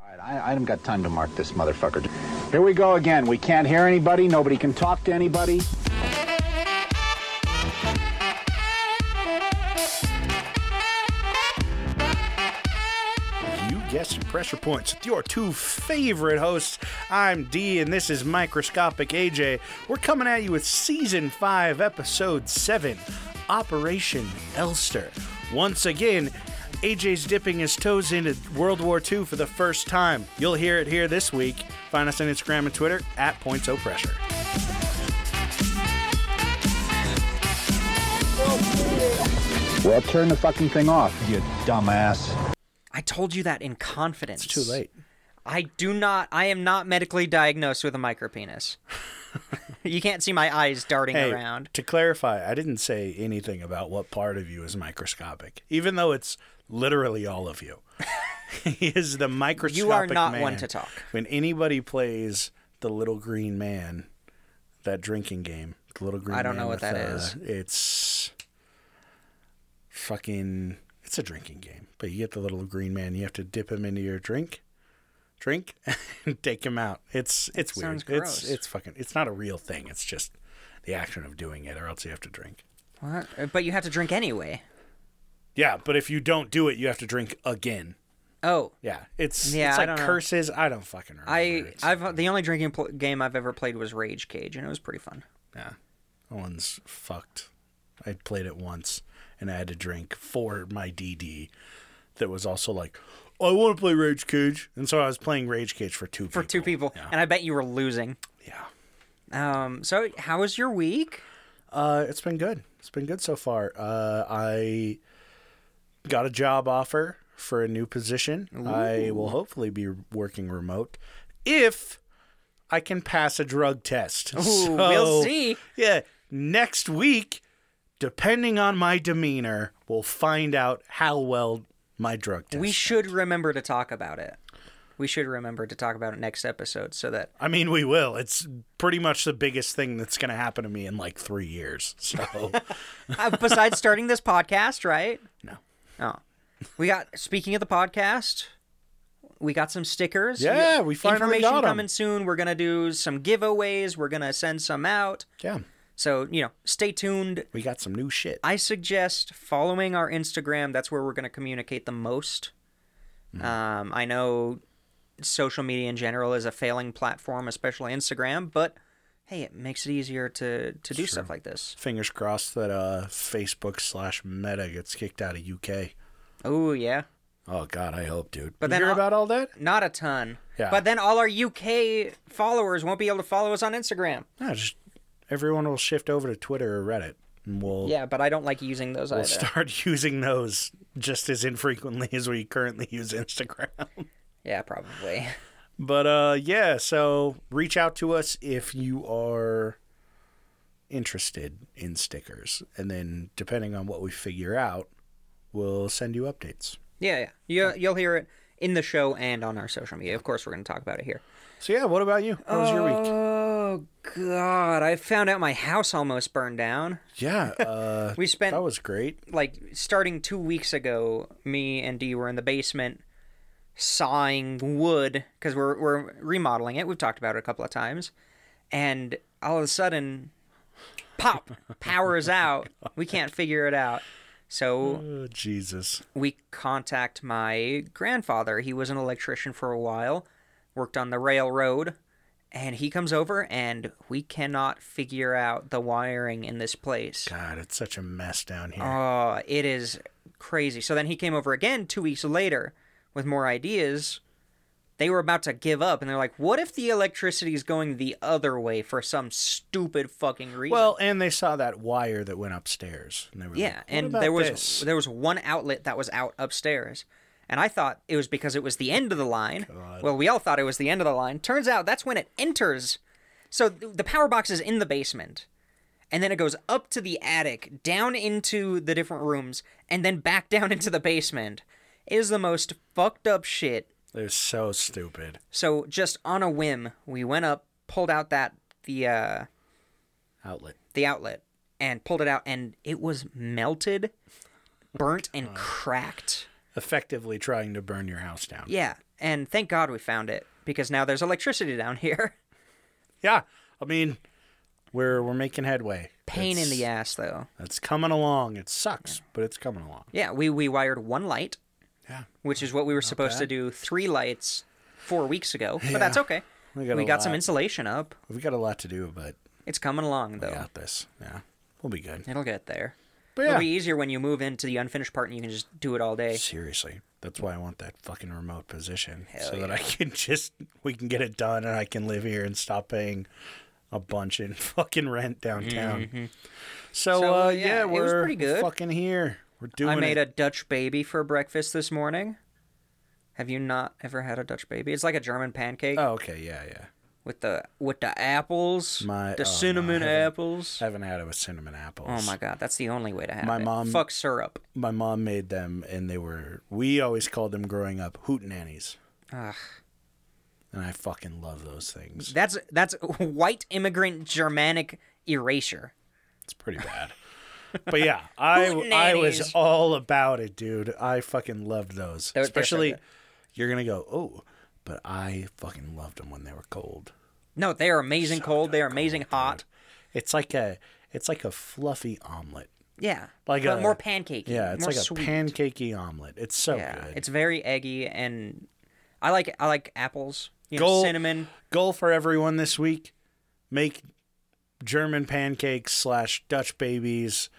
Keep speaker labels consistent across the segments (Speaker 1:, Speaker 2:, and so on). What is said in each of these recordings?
Speaker 1: All right, I, I haven't got time to mark this motherfucker. Here we go again. We can't hear anybody. Nobody can talk to anybody.
Speaker 2: You guessed it, pressure points with your two favorite hosts. I'm D, and this is Microscopic AJ. We're coming at you with season five, episode seven, Operation Elster. Once again, AJ's dipping his toes into World War II for the first time. You'll hear it here this week. Find us on Instagram and Twitter at Points O Pressure.
Speaker 1: Well, turn the fucking thing off, you dumbass.
Speaker 3: I told you that in confidence.
Speaker 2: It's too late.
Speaker 3: I do not. I am not medically diagnosed with a micropenis. you can't see my eyes darting
Speaker 2: Hey,
Speaker 3: around.
Speaker 2: to clarify, I didn't say anything about what part of you is microscopic, even though it's literally all of you. he is the microscopic.
Speaker 3: not
Speaker 2: man.
Speaker 3: one to talk.
Speaker 2: When anybody plays the little green man, that drinking game, the little green.
Speaker 3: I don't
Speaker 2: man
Speaker 3: know what
Speaker 2: with,
Speaker 3: that
Speaker 2: uh,
Speaker 3: is.
Speaker 2: It's fucking. It's a drinking game, but you get the little green man. You have to dip him into your drink. Drink and take him out. It's it's weird.
Speaker 3: sounds
Speaker 2: It's
Speaker 3: gross.
Speaker 2: it's fucking. It's not a real thing. It's just the action of doing it, or else you have to drink.
Speaker 3: What? Uh, But you have to drink anyway.
Speaker 2: Yeah, but if you don't do it, you have to drink again.
Speaker 3: Oh,
Speaker 2: Yeah, it's
Speaker 3: Yeah,
Speaker 2: it's
Speaker 3: I
Speaker 2: like
Speaker 3: don't know.
Speaker 2: curses. I don't fucking remember.
Speaker 3: I
Speaker 2: It's-
Speaker 3: I've the only drinking pl- game I've ever played was Rage Cage, and it was pretty fun.
Speaker 2: Yeah. That one's fucked. I played it once and I had to drink for my DD that was also like, I want to play Rage Cage. And so I was playing Rage Cage for two
Speaker 3: For two people, and I bet you were losing.
Speaker 2: Yeah.
Speaker 3: Um. So, how was your week?
Speaker 2: Uh, it's been good. It's been good so far. Uh, I got a job offer for a new position. I will hopefully be working remote if I can pass a drug test.
Speaker 3: Ooh, we'll see.
Speaker 2: Yeah, next week, depending on my demeanor, we'll find out how well my drug test.
Speaker 3: We should remember to talk about it. We should remember to talk about it next episode, so that
Speaker 2: I mean, we will. It's pretty much the biggest thing that's going to happen to me in like three years. So,
Speaker 3: uh, besides starting this podcast, right?
Speaker 2: no.
Speaker 3: Oh, we got. Speaking of the podcast, we got some stickers.
Speaker 2: Yeah, we finally
Speaker 3: information
Speaker 2: got 'em.
Speaker 3: coming soon. We're gonna do some giveaways. We're gonna send some out.
Speaker 2: Yeah,
Speaker 3: So you know, stay tuned.
Speaker 2: we got some new shit.
Speaker 3: I suggest following our Instagram. That's where we're gonna communicate the most.
Speaker 2: Mm-hmm.
Speaker 3: Um, I know social media in general is a failing platform, especially Instagram, but hey, it makes it easier to to do stuff like this.
Speaker 2: fingers crossed that uh Facebook slash Meta gets kicked out of UK.
Speaker 3: Oh yeah.
Speaker 2: Oh God, I hope, dude.
Speaker 3: But
Speaker 2: But you
Speaker 3: then
Speaker 2: hear
Speaker 3: I'll-
Speaker 2: about all that?
Speaker 3: Not a ton.
Speaker 2: Yeah.
Speaker 3: But then all our UK followers won't be able to follow us on Instagram.
Speaker 2: No, just everyone will shift over to Twitter or Reddit, and we'll
Speaker 3: Yeah, but I don't like using those
Speaker 2: we'll
Speaker 3: either.
Speaker 2: start using those just as infrequently as we currently use Instagram.
Speaker 3: Yeah, probably.
Speaker 2: But uh, yeah, so reach out to us if you are interested in stickers, and then depending on what we figure out, we'll send you updates.
Speaker 3: Yeah, yeah. You, you'll hear it in the show and on our social media. Of course, we're going to talk about it here.
Speaker 2: So yeah, what about you? How was your week?
Speaker 3: Oh, God. I found out my house almost burned down.
Speaker 2: Yeah, uh,
Speaker 3: We spent,
Speaker 2: that was great.
Speaker 3: like, starting two weeks ago, me and Dee were in the basement sawing wood because we're, we're remodeling it. We've talked about it a couple of times. And all of a sudden, pop, power is out. We can't figure it out. So
Speaker 2: Oh, Jesus.
Speaker 3: we contact my grandfather. He was an electrician for a while, worked on the railroad, and he comes over and we cannot figure out the wiring in this place.
Speaker 2: God, it's such a mess down here.
Speaker 3: Oh, it is crazy. So then he came over again 2 weeks later with more ideas. They were about to give up and they're like, "What if the electricity is going the other way for some stupid fucking reason?"
Speaker 2: well, and they saw that wire that went upstairs. And they were like,
Speaker 3: Yeah,
Speaker 2: "What
Speaker 3: and
Speaker 2: about
Speaker 3: there was
Speaker 2: this?"
Speaker 3: there was one outlet that was out upstairs, and I thought it was because it was the end of the line. Well, we all thought it was the end of the line. Turns out that's when it enters. So th- the power box is in the basement, and then it goes up to the attic, down into the different rooms, and then back down into the basement. It is the most fucked up shit
Speaker 2: They're so stupid.
Speaker 3: so just on a whim, we went up, pulled out that the uh,
Speaker 2: Outlet.
Speaker 3: the outlet, and pulled it out, and it was melted, burnt, and cracked.
Speaker 2: Effectively trying to burn your house down.
Speaker 3: Yeah, And thank God we found it because now there's electricity down here.
Speaker 2: Yeah. I mean, we're we're making headway.
Speaker 3: Pain in the ass though.
Speaker 2: It's coming along. It sucks, but it's coming along.
Speaker 3: Yeah, we we wired one light,
Speaker 2: Yeah.
Speaker 3: which is what we were supposed to do three lights 4 weeks ago, but that's okay.
Speaker 2: We
Speaker 3: We
Speaker 2: got
Speaker 3: got,
Speaker 2: a
Speaker 3: some
Speaker 2: lot.
Speaker 3: insulation up.
Speaker 2: We've got a lot to do, but
Speaker 3: It's coming along though.
Speaker 2: we got this. Yeah. We'll be good.
Speaker 3: It'll get there.
Speaker 2: But
Speaker 3: It'll
Speaker 2: yeah.
Speaker 3: be easier when you move into the unfinished part and you can just do it all day.
Speaker 2: Seriously. That's why I want that fucking remote position. so that I can just we can get it done and I can live here and stop paying a bunch in fucking rent downtown. So,
Speaker 3: Mm-hmm. So,
Speaker 2: uh,
Speaker 3: yeah,
Speaker 2: yeah,
Speaker 3: it was
Speaker 2: we're
Speaker 3: pretty good.
Speaker 2: fucking here. We're doing
Speaker 3: I made
Speaker 2: it.
Speaker 3: a Dutch baby for breakfast this morning. Have you not ever had a Dutch baby? It's like a German pancake
Speaker 2: Oh, okay, yeah, yeah.
Speaker 3: with the with the apples,
Speaker 2: My- oh, no,
Speaker 3: the
Speaker 2: I
Speaker 3: cinnamon
Speaker 2: haven't-
Speaker 3: apples.
Speaker 2: I haven't had it with cinnamon apples.
Speaker 3: Oh my god, that's the only way to have
Speaker 2: My
Speaker 3: it.
Speaker 2: mom-
Speaker 3: fuck syrup.
Speaker 2: my mom made them and they were we always called them growing up hootenannies
Speaker 3: Ugh.
Speaker 2: and i fucking love those things
Speaker 3: That's that's white immigrant Germanic erasure.
Speaker 2: it's pretty bad but yeah i i was
Speaker 3: Hootenannies.
Speaker 2: all about it dude i fucking loved those
Speaker 3: They're- they're so
Speaker 2: especially
Speaker 3: good.
Speaker 2: you're gonna go oh but i fucking loved them when they were cold
Speaker 3: No, they are amazing cold. They are amazing hot.
Speaker 2: it's like a it's like a fluffy omelet
Speaker 3: Yeah,
Speaker 2: Like
Speaker 3: but
Speaker 2: a-
Speaker 3: more pancakey.
Speaker 2: yeah it's
Speaker 3: more
Speaker 2: like
Speaker 3: sweet.
Speaker 2: a pancakey omelet it's so
Speaker 3: Yeah,
Speaker 2: good
Speaker 3: it's very eggy, and I like I like apples, you know,
Speaker 2: Goal-
Speaker 3: cinnamon.
Speaker 2: goal for everyone this week make german pancakes slash dutch babies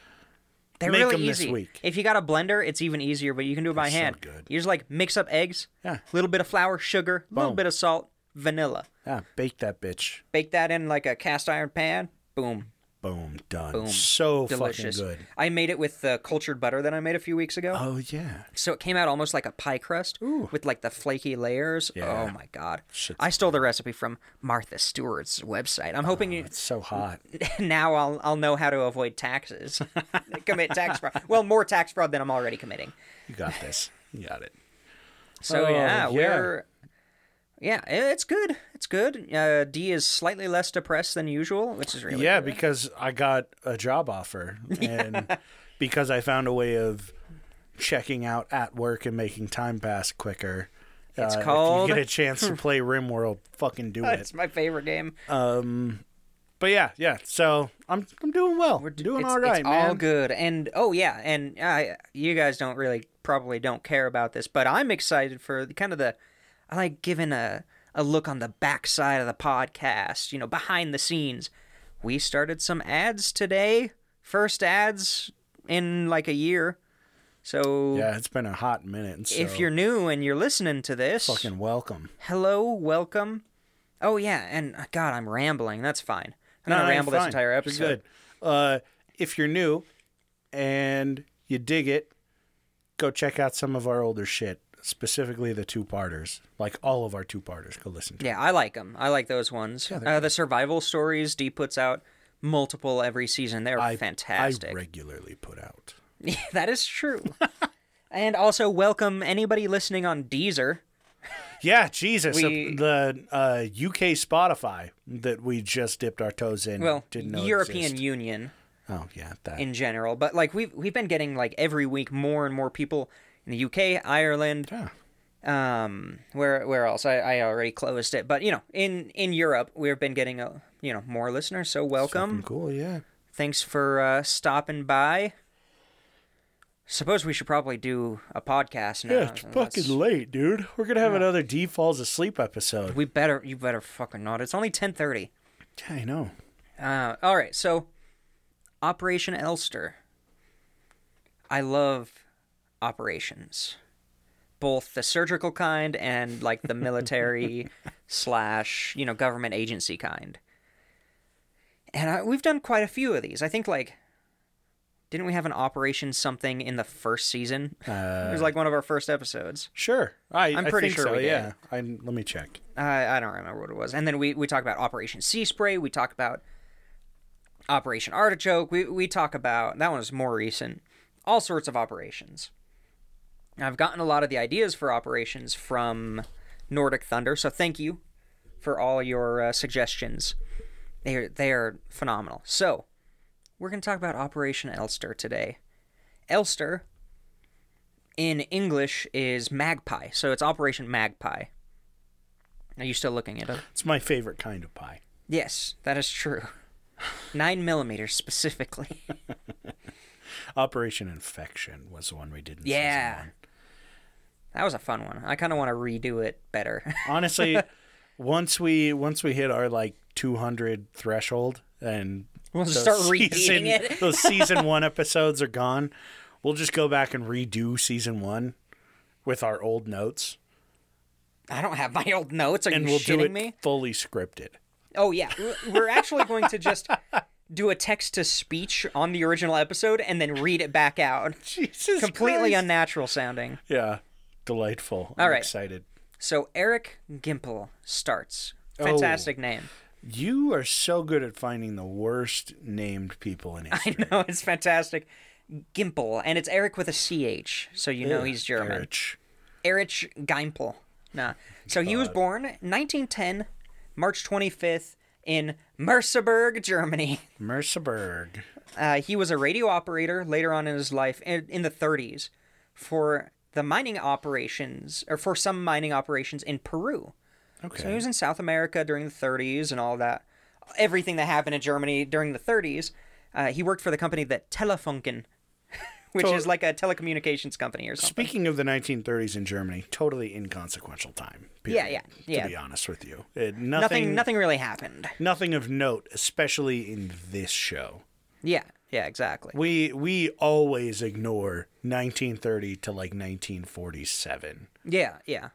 Speaker 3: They're
Speaker 2: Make
Speaker 3: really
Speaker 2: 'em this
Speaker 3: easy.
Speaker 2: week.
Speaker 3: If you got a blender, it's even easier, but you can do it by
Speaker 2: so
Speaker 3: hand.
Speaker 2: good.
Speaker 3: You just like mix up eggs, a
Speaker 2: Yeah.
Speaker 3: little bit of flour, sugar, a little
Speaker 2: Boom.
Speaker 3: bit of salt, vanilla.
Speaker 2: ah bake that bitch
Speaker 3: Bake that in like a cast iron pan. Boom,
Speaker 2: boom done so
Speaker 3: delicious.
Speaker 2: fucking good
Speaker 3: I made it with the cultured butter that I made a few weeks ago.
Speaker 2: oh yeah
Speaker 3: So it came out almost like a pie crust with like the flaky layers.
Speaker 2: Yeah.
Speaker 3: Oh my god.
Speaker 2: Shit's Oh,
Speaker 3: I stole the recipe from Martha Stewart's website. I'm hoping you
Speaker 2: it's so hot
Speaker 3: now I'll I'll know how to avoid taxes. Commit tax fraud. Well, more tax fraud than I'm already committing.
Speaker 2: you got this you got it
Speaker 3: So
Speaker 2: Oh, yeah.
Speaker 3: yeah, we're yeah, i- it's good. It's good. Uh, D is slightly less depressed than usual, which is really
Speaker 2: yeah
Speaker 3: good.
Speaker 2: because i got a job offer and because i found a way of checking out at work and making time pass quicker uh,
Speaker 3: It's
Speaker 2: if
Speaker 3: called-
Speaker 2: you get a chance to play rimworld fucking do it
Speaker 3: It's my favorite game.
Speaker 2: But yeah, yeah. So I'm I'm doing well. We're doing
Speaker 3: it's,
Speaker 2: all right,
Speaker 3: it's
Speaker 2: man.
Speaker 3: all good. And oh yeah, and I you guys don't really probably don't care about this, but I'm excited for the- kind of the I like giving a a look on the backside of the podcast, you know, behind the scenes. We started some ads today. First ads in like a year. So
Speaker 2: Yeah, it's been a hot minute. and so
Speaker 3: if you're new and you're listening to this,
Speaker 2: fucking welcome,
Speaker 3: hello, welcome. Oh yeah, and uh, god, I'm rambling. That's fine. I'm
Speaker 2: No, no,
Speaker 3: going to
Speaker 2: you're
Speaker 3: ramble this
Speaker 2: fine.
Speaker 3: entire
Speaker 2: You're
Speaker 3: episode.
Speaker 2: good. Uh, if you're new and you dig it, go check out some of our older shit, specifically the two parters, like all of our two parters. Go listen to.
Speaker 3: Yeah, I like them. I like those ones. uh, the survival stories D puts out multiple every season. They're
Speaker 2: I,
Speaker 3: fantastic.
Speaker 2: I regularly put out.
Speaker 3: Yeah, that is true. and also welcome anybody listening on Deezer.
Speaker 2: Yeah, Jesus,
Speaker 3: We-
Speaker 2: the uh, UK Spotify that we just dipped our toes in.
Speaker 3: Well,
Speaker 2: didn't know
Speaker 3: European
Speaker 2: exist.
Speaker 3: Union
Speaker 2: Oh yeah, that.
Speaker 3: in general, but like we've we've been getting like every week more and more people in the UK, Ireland,
Speaker 2: yeah.
Speaker 3: um, where where else? I, I already closed it, but you know, in in Europe, we've been getting a you know more listeners. So welcome.
Speaker 2: Cool. Yeah.
Speaker 3: thanks for uh, stopping by. Suppose we should probably do a podcast now.
Speaker 2: Yeah, it's
Speaker 3: unless-
Speaker 2: fucking late, dude. We're gonna have another D falls asleep episode.
Speaker 3: We better, you better fucking not. It's only ten thirty.
Speaker 2: yeah, I know.
Speaker 3: Uh, all right, so Operation Elster. I love operations, both the surgical kind and like the military slash you know government agency kind. And I, we've done quite a few of these. I think like, didn't we have an operation something in the first season? it was like one of our first episodes.
Speaker 2: Sure. I,
Speaker 3: I'm
Speaker 2: I
Speaker 3: pretty
Speaker 2: think
Speaker 3: sure
Speaker 2: so,
Speaker 3: we did.
Speaker 2: yeah. I, let me check.
Speaker 3: I I don't remember what it was. And then we, we talk about Operation Sea Spray. We talk about Operation Artichoke. We, we talk about that one is more recent. All sorts of operations. I've gotten a lot of the ideas for operations from Nordic Thunder. So thank you for all your uh, suggestions. They are, they are phenomenal. So we're going to talk about Operation Elster today. Elster in English is magpie. So it's Operation Magpie. Are you still looking it up?
Speaker 2: It's my favorite kind of pie.
Speaker 3: Yes, that is true. Nine millimeters specifically.
Speaker 2: Operation Infection was the one we did. In season
Speaker 3: Yeah.
Speaker 2: one.
Speaker 3: That was a fun one. I kind of want to redo it better.
Speaker 2: Honestly, once we once we hit our like 200 threshold and
Speaker 3: We'll
Speaker 2: those
Speaker 3: start repeating
Speaker 2: season-
Speaker 3: it.
Speaker 2: those season one episodes are gone. We'll just go back and redo season one with our old notes,
Speaker 3: I don't have my old notes. Are
Speaker 2: and
Speaker 3: you
Speaker 2: we'll
Speaker 3: shitting
Speaker 2: do it
Speaker 3: me?
Speaker 2: fully scripted.
Speaker 3: Oh yeah, We're- we're actually going to just do a text to speech on the original episode and then read it back out.
Speaker 2: Jesus,
Speaker 3: Completely
Speaker 2: Christ.
Speaker 3: unnatural sounding.
Speaker 2: yeah, delightful.
Speaker 3: All
Speaker 2: I'm
Speaker 3: right.
Speaker 2: excited.
Speaker 3: So Eric Gimple starts. Fantastic name.
Speaker 2: You are so good at finding the worst named people in history.
Speaker 3: No, it's fantastic. Gimple, and it's Eric with a ch, so you know he's German.
Speaker 2: Erich.
Speaker 3: Erich Geimpel. Nah. So he was born 1910, March 25th in Merseburg, Germany.
Speaker 2: Merseburg.
Speaker 3: Uh, he was a radio operator later on in his life, in, in the 30s, for the mining operations, or for some mining operations in Peru.
Speaker 2: Okay.
Speaker 3: So he was in South America during the 30s and all that. Everything that happened in Germany during the 30s. Uh, he worked for the company that Telefunken, which
Speaker 2: So-
Speaker 3: is like a telecommunications company or something.
Speaker 2: Speaking of the 1930s in Germany, totally inconsequential time.
Speaker 3: Yeah,
Speaker 2: period,
Speaker 3: yeah, yeah.
Speaker 2: To be honest with you, Uh, nothing,
Speaker 3: Nothing,
Speaker 2: nothing,
Speaker 3: nothing really happened.
Speaker 2: nothing of note, especially in this show.
Speaker 3: Yeah, yeah, exactly.
Speaker 2: We we always ignore 1930 to like 1947.
Speaker 3: Yeah, yeah.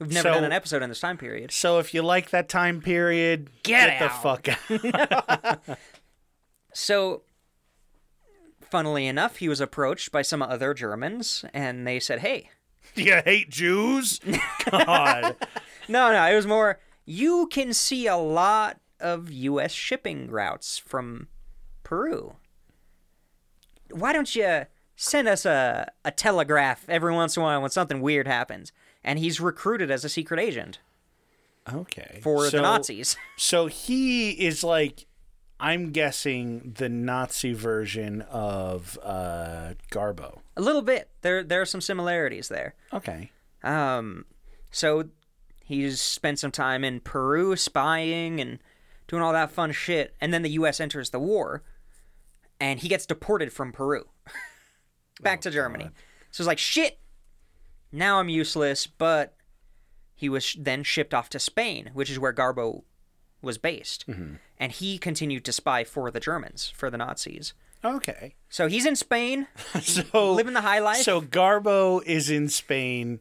Speaker 3: We've never
Speaker 2: So-
Speaker 3: done an episode in this time period.
Speaker 2: So if you like that time period,
Speaker 3: Get
Speaker 2: the
Speaker 3: out.
Speaker 2: fuck out.
Speaker 3: So, funnily enough, he was approached by some other Germans, and they said, "Hey,
Speaker 2: Do you hate Jews? God.
Speaker 3: no, no, it was more. You can see a lot of U.S. shipping routes from Peru. Why don't you send us a a telegraph every once in a while when something weird happens?" And he's recruited as a secret agent
Speaker 2: Okay.
Speaker 3: for
Speaker 2: So-
Speaker 3: the Nazis.
Speaker 2: So he is like, I'm guessing the Nazi version of uh, Garbo.
Speaker 3: a little bit. There, there are some similarities there.
Speaker 2: Okay.
Speaker 3: Um, so he's spent some time in Peru spying and doing all that fun shit, and then the U.S. enters the war, and he gets deported from Peru back to Germany. So it's like shit. Now I'm useless, but he was sh- then shipped off to Spain, which is where Garbo was based, and he continued to spy for the Germans, for the Nazis.
Speaker 2: Okay.
Speaker 3: So he's in Spain,
Speaker 2: So
Speaker 3: living the high life.
Speaker 2: so Garbo is in Spain,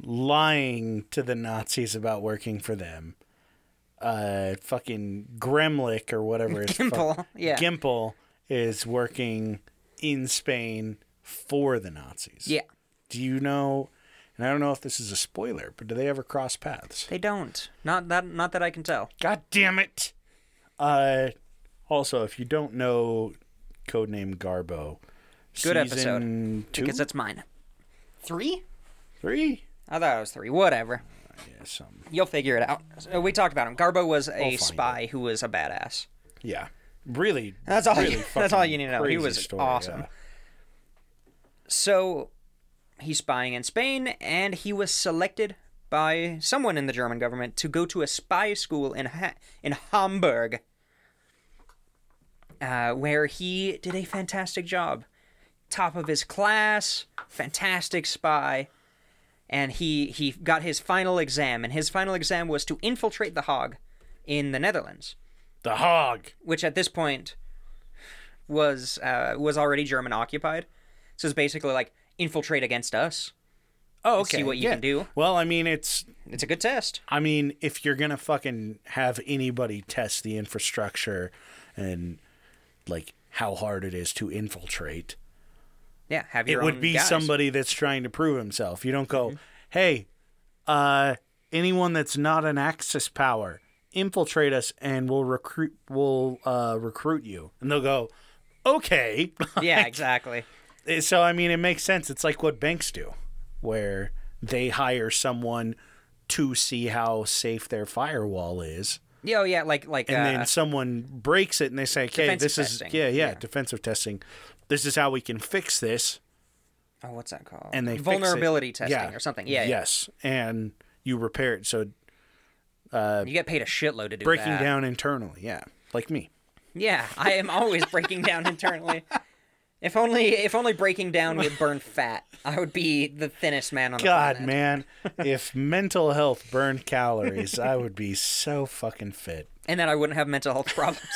Speaker 2: lying to the Nazis about working for them. Uh, fucking Gremlich or whatever. It's
Speaker 3: Gimple, yeah.
Speaker 2: Gimple is working in Spain for the Nazis.
Speaker 3: yeah,
Speaker 2: Do you know? And I don't know if this is a spoiler, but do they ever cross paths?
Speaker 3: they don't. Not that, not that I can tell.
Speaker 2: God damn it. Uh, also, if you don't know Codename Garbo,
Speaker 3: Good episode,
Speaker 2: season Two,
Speaker 3: Because that's mine. Three?
Speaker 2: three?
Speaker 3: I thought it was three. Whatever.
Speaker 2: Yeah, some.
Speaker 3: You'll figure it out. So we talked about him. Garbo was a
Speaker 2: find
Speaker 3: spy who was a badass.
Speaker 2: Yeah. Really.
Speaker 3: That's all.
Speaker 2: really
Speaker 3: you, that's all
Speaker 2: fucking
Speaker 3: you need to know. He
Speaker 2: crazy
Speaker 3: was
Speaker 2: story,
Speaker 3: awesome.
Speaker 2: yeah.
Speaker 3: So he's spying in Spain, and he was selected by someone in the German government to go to a spy school in ha- in Hamburg, uh, where he did a fantastic job, top of his class, fantastic spy, and he he got his final exam, and his final exam was to infiltrate the Hague in the Netherlands
Speaker 2: The hog.
Speaker 3: which at this point was uh, was already German occupied. So it's basically like infiltrate against us.
Speaker 2: Oh,
Speaker 3: see what you can do.
Speaker 2: Well, I mean, it's.
Speaker 3: It's a good test.
Speaker 2: I mean, if you're gonna fucking have anybody test the infrastructure, and like how hard it is to infiltrate,
Speaker 3: Yeah, have your
Speaker 2: it
Speaker 3: own
Speaker 2: would be
Speaker 3: guys. Mm-hmm.
Speaker 2: somebody that's trying to prove himself. You don't go, hey, uh, anyone that's not an Axis power, infiltrate us and we'll recruit we'll uh, recruit you. And they'll go, okay.
Speaker 3: Yeah, exactly.
Speaker 2: so I mean, it makes sense. It's like what banks do, where they hire someone to see how safe their firewall is.
Speaker 3: Yeah, oh, yeah, like like
Speaker 2: And
Speaker 3: uh,
Speaker 2: then someone breaks it and they say, okay,
Speaker 3: Defensive
Speaker 2: this is,
Speaker 3: testing.
Speaker 2: yeah, yeah, defensive testing. This is how we can fix this.
Speaker 3: Oh, what's that called?
Speaker 2: and they fix it.
Speaker 3: vulnerability testing
Speaker 2: Yeah.
Speaker 3: or something. Yeah, yeah.
Speaker 2: Yes, and you repair it. So
Speaker 3: You get paid a shitload to do
Speaker 2: breaking
Speaker 3: that.
Speaker 2: down internally. Yeah, like me.
Speaker 3: Yeah, I am always breaking down internally. If only, if only breaking down would burn fat, I would be the thinnest man on the
Speaker 2: God,
Speaker 3: planet.
Speaker 2: man, if mental health burned calories, I would be so fucking fit.
Speaker 3: And then I wouldn't have mental health problems.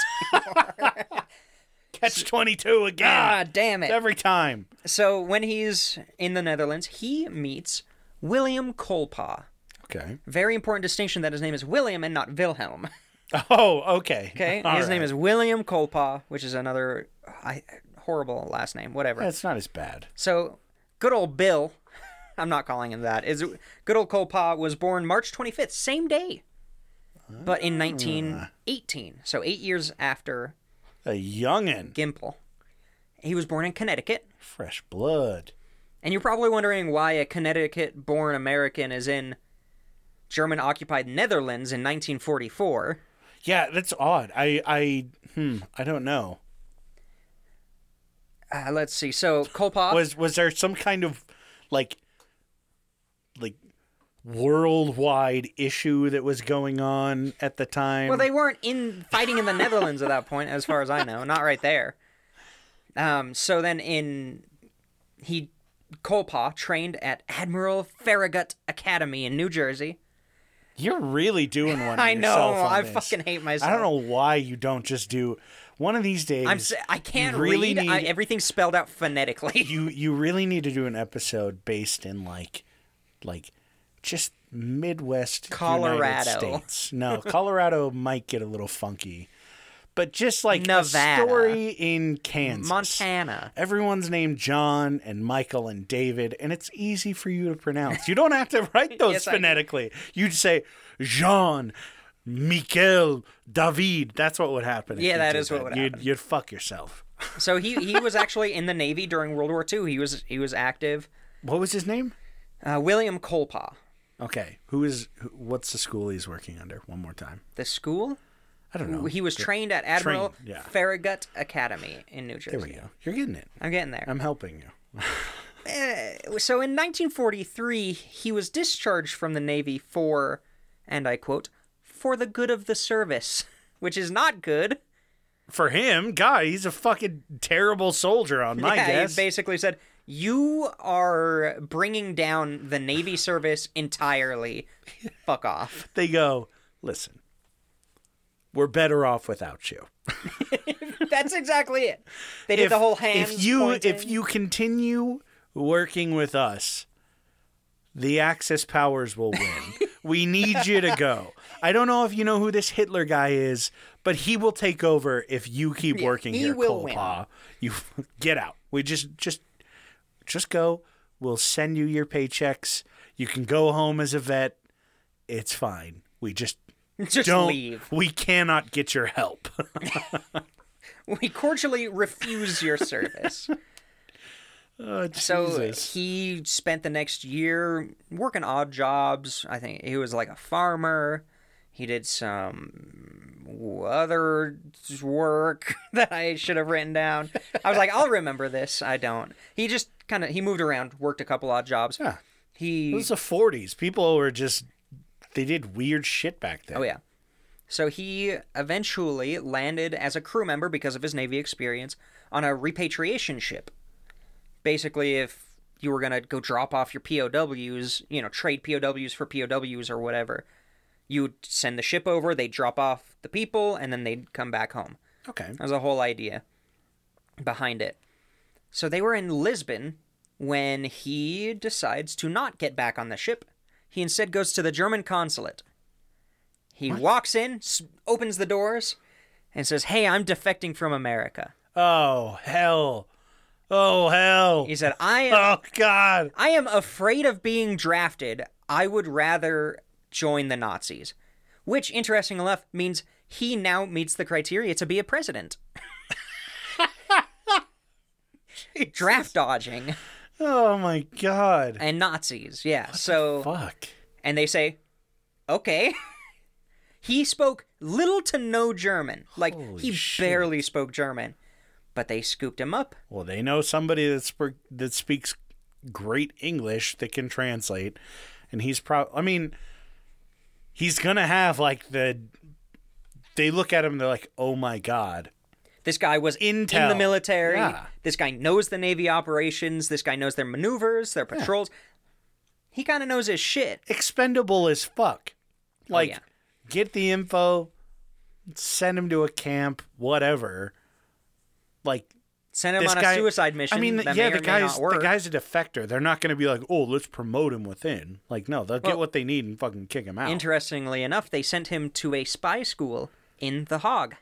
Speaker 2: Catch twenty two again
Speaker 3: God damn it!
Speaker 2: every time.
Speaker 3: So when he's in the Netherlands, he meets William Kolpa.
Speaker 2: Okay.
Speaker 3: Very important distinction that his name is William and not Wilhelm.
Speaker 2: Oh, okay.
Speaker 3: Okay, his
Speaker 2: All
Speaker 3: name
Speaker 2: right.
Speaker 3: is William Kolpa, which is another I, horrible last name. Whatever.
Speaker 2: That's not as bad.
Speaker 3: So, good old Bill, I'm not calling him that. Is good old Kolpa was born March 25th, same day, but in 1918.
Speaker 2: Ah.
Speaker 3: So eight years after
Speaker 2: A youngin,
Speaker 3: Gimple. He was born in Connecticut.
Speaker 2: fresh blood.
Speaker 3: And you're probably wondering why a Connecticut born American is in German occupied Netherlands in 1944.
Speaker 2: Yeah, that's odd. I, I, hmm, I don't know.
Speaker 3: Uh, let's see. So, Kolpa.
Speaker 2: Was was there some kind of like, like worldwide issue that was going on at the time?
Speaker 3: Well, they weren't in fighting in the Netherlands at that point, as far as I know. Not right there. Um, so then in he Kolpa trained at Admiral Farragut Academy in New Jersey.
Speaker 2: You're really doing one.
Speaker 3: I
Speaker 2: on
Speaker 3: know,
Speaker 2: yourself on
Speaker 3: I
Speaker 2: this.
Speaker 3: fucking hate
Speaker 2: I
Speaker 3: myself.
Speaker 2: don't know why you don't just do one of these days.
Speaker 3: I'm s- I can't
Speaker 2: really
Speaker 3: read. I,
Speaker 2: need-
Speaker 3: everything's spelled out phonetically.
Speaker 2: you you really need to do an episode based in like like just Midwest United
Speaker 3: Colorado.
Speaker 2: States. No, Colorado might get a little funky, but just like
Speaker 3: Nevada.
Speaker 2: a story in Kansas,
Speaker 3: Montana.
Speaker 2: Everyone's named John and Michael and David, and it's easy for you to pronounce. You don't have to write those
Speaker 3: Yes, I do.
Speaker 2: phonetically. You'd say Jean, Michael, David. That's what would happen. if
Speaker 3: Yeah,
Speaker 2: you
Speaker 3: that
Speaker 2: did
Speaker 3: is what would
Speaker 2: you'd,
Speaker 3: happen.
Speaker 2: You'd fuck yourself.
Speaker 3: So he he was actually in the Navy during World War II. He was he was active.
Speaker 2: What was his name?
Speaker 3: Uh, William Kolpa.
Speaker 2: Okay, who is who, what's the school he's working under? One more time.
Speaker 3: The school.
Speaker 2: I don't know.
Speaker 3: He was trained at Admiral
Speaker 2: Oh, Trained, yeah.
Speaker 3: Farragut Academy in New Jersey.
Speaker 2: There we go. Um, You're getting it.
Speaker 3: I'm getting there.
Speaker 2: I'm helping you.
Speaker 3: So in 1943, he was discharged from the Navy for, and I quote, for the good of the service, which is not good.
Speaker 2: For him, God, he's a fucking terrible soldier on my
Speaker 3: yeah,
Speaker 2: guess.
Speaker 3: He basically said, You are bringing down the Navy service entirely. Fuck off.
Speaker 2: they go, listen, we're better off without you.
Speaker 3: That's exactly it. They did the whole hand.
Speaker 2: if you if you continue working with us, the Axis powers will win. we need you to go. I don't know if you know who this Hitler guy is, but he will take over if you keep working
Speaker 3: he
Speaker 2: here,
Speaker 3: will win.
Speaker 2: Kolpa. You get out. We just just just go. We'll send you your paychecks. You can go home as a vet. It's fine. We just
Speaker 3: just
Speaker 2: don't.
Speaker 3: leave.
Speaker 2: We cannot get your help.
Speaker 3: We cordially refuse your service.
Speaker 2: oh,
Speaker 3: So
Speaker 2: Jesus.
Speaker 3: he spent the next year working odd jobs. I think he was like a farmer. He did some other work that I should have written down. I was like, I'll remember this. I don't. He just kind of he moved around, worked a couple odd jobs.
Speaker 2: Yeah. It
Speaker 3: He
Speaker 2: was the 40s. People were just they did weird shit back then.
Speaker 3: oh yeah. So he eventually landed as a crew member because of his navy experience on a repatriation ship. basically if you were gonna go drop off your POWs, you know, trade POWs for POWs or whatever, you would send the ship over, they'd drop off the people, and then they'd come back home.
Speaker 2: Okay.
Speaker 3: That was the whole idea behind it. So they were in Lisbon when he decides to not get back on the ship. He instead goes to the German consulate. He walks in, s- opens the doors, and says, Hey, I'm defecting from America.
Speaker 2: Oh hell. Oh hell.
Speaker 3: He said, I am
Speaker 2: Oh god.
Speaker 3: I am afraid of being drafted. I would rather join the Nazis. Which, interesting enough, means he now meets the criteria to be a president. Draft dodging
Speaker 2: Oh my god.
Speaker 3: and Nazis, yeah. so,
Speaker 2: Fuck.
Speaker 3: and they say, okay. he spoke little to no German. Like,
Speaker 2: Holy
Speaker 3: he
Speaker 2: shit.
Speaker 3: barely spoke German. But they scooped him up
Speaker 2: Well, they know somebody that's that speaks great English that can translate, and he's pro. I mean, he's gonna have like the. They look at him. They're like, "Oh my god."
Speaker 3: This guy was in the
Speaker 2: Intel.
Speaker 3: military.
Speaker 2: Yeah.
Speaker 3: This guy knows the Navy operations. This guy knows their maneuvers, their patrols. He kind of knows his shit. Oh,
Speaker 2: expendable as fuck. Like,
Speaker 3: yeah.
Speaker 2: get the info, send him to a camp, whatever. Like
Speaker 3: Sent him
Speaker 2: this
Speaker 3: on
Speaker 2: guy,
Speaker 3: a suicide mission.
Speaker 2: I mean,
Speaker 3: that
Speaker 2: yeah,
Speaker 3: may
Speaker 2: the
Speaker 3: or may
Speaker 2: guy's
Speaker 3: not work.
Speaker 2: the guy's a defector. They're not going to be like, oh, let's promote him within. Like, no, they'll get
Speaker 3: Well-
Speaker 2: what they need and fucking kick him out.
Speaker 3: Interestingly enough, they sent him to a spy school in The Hague.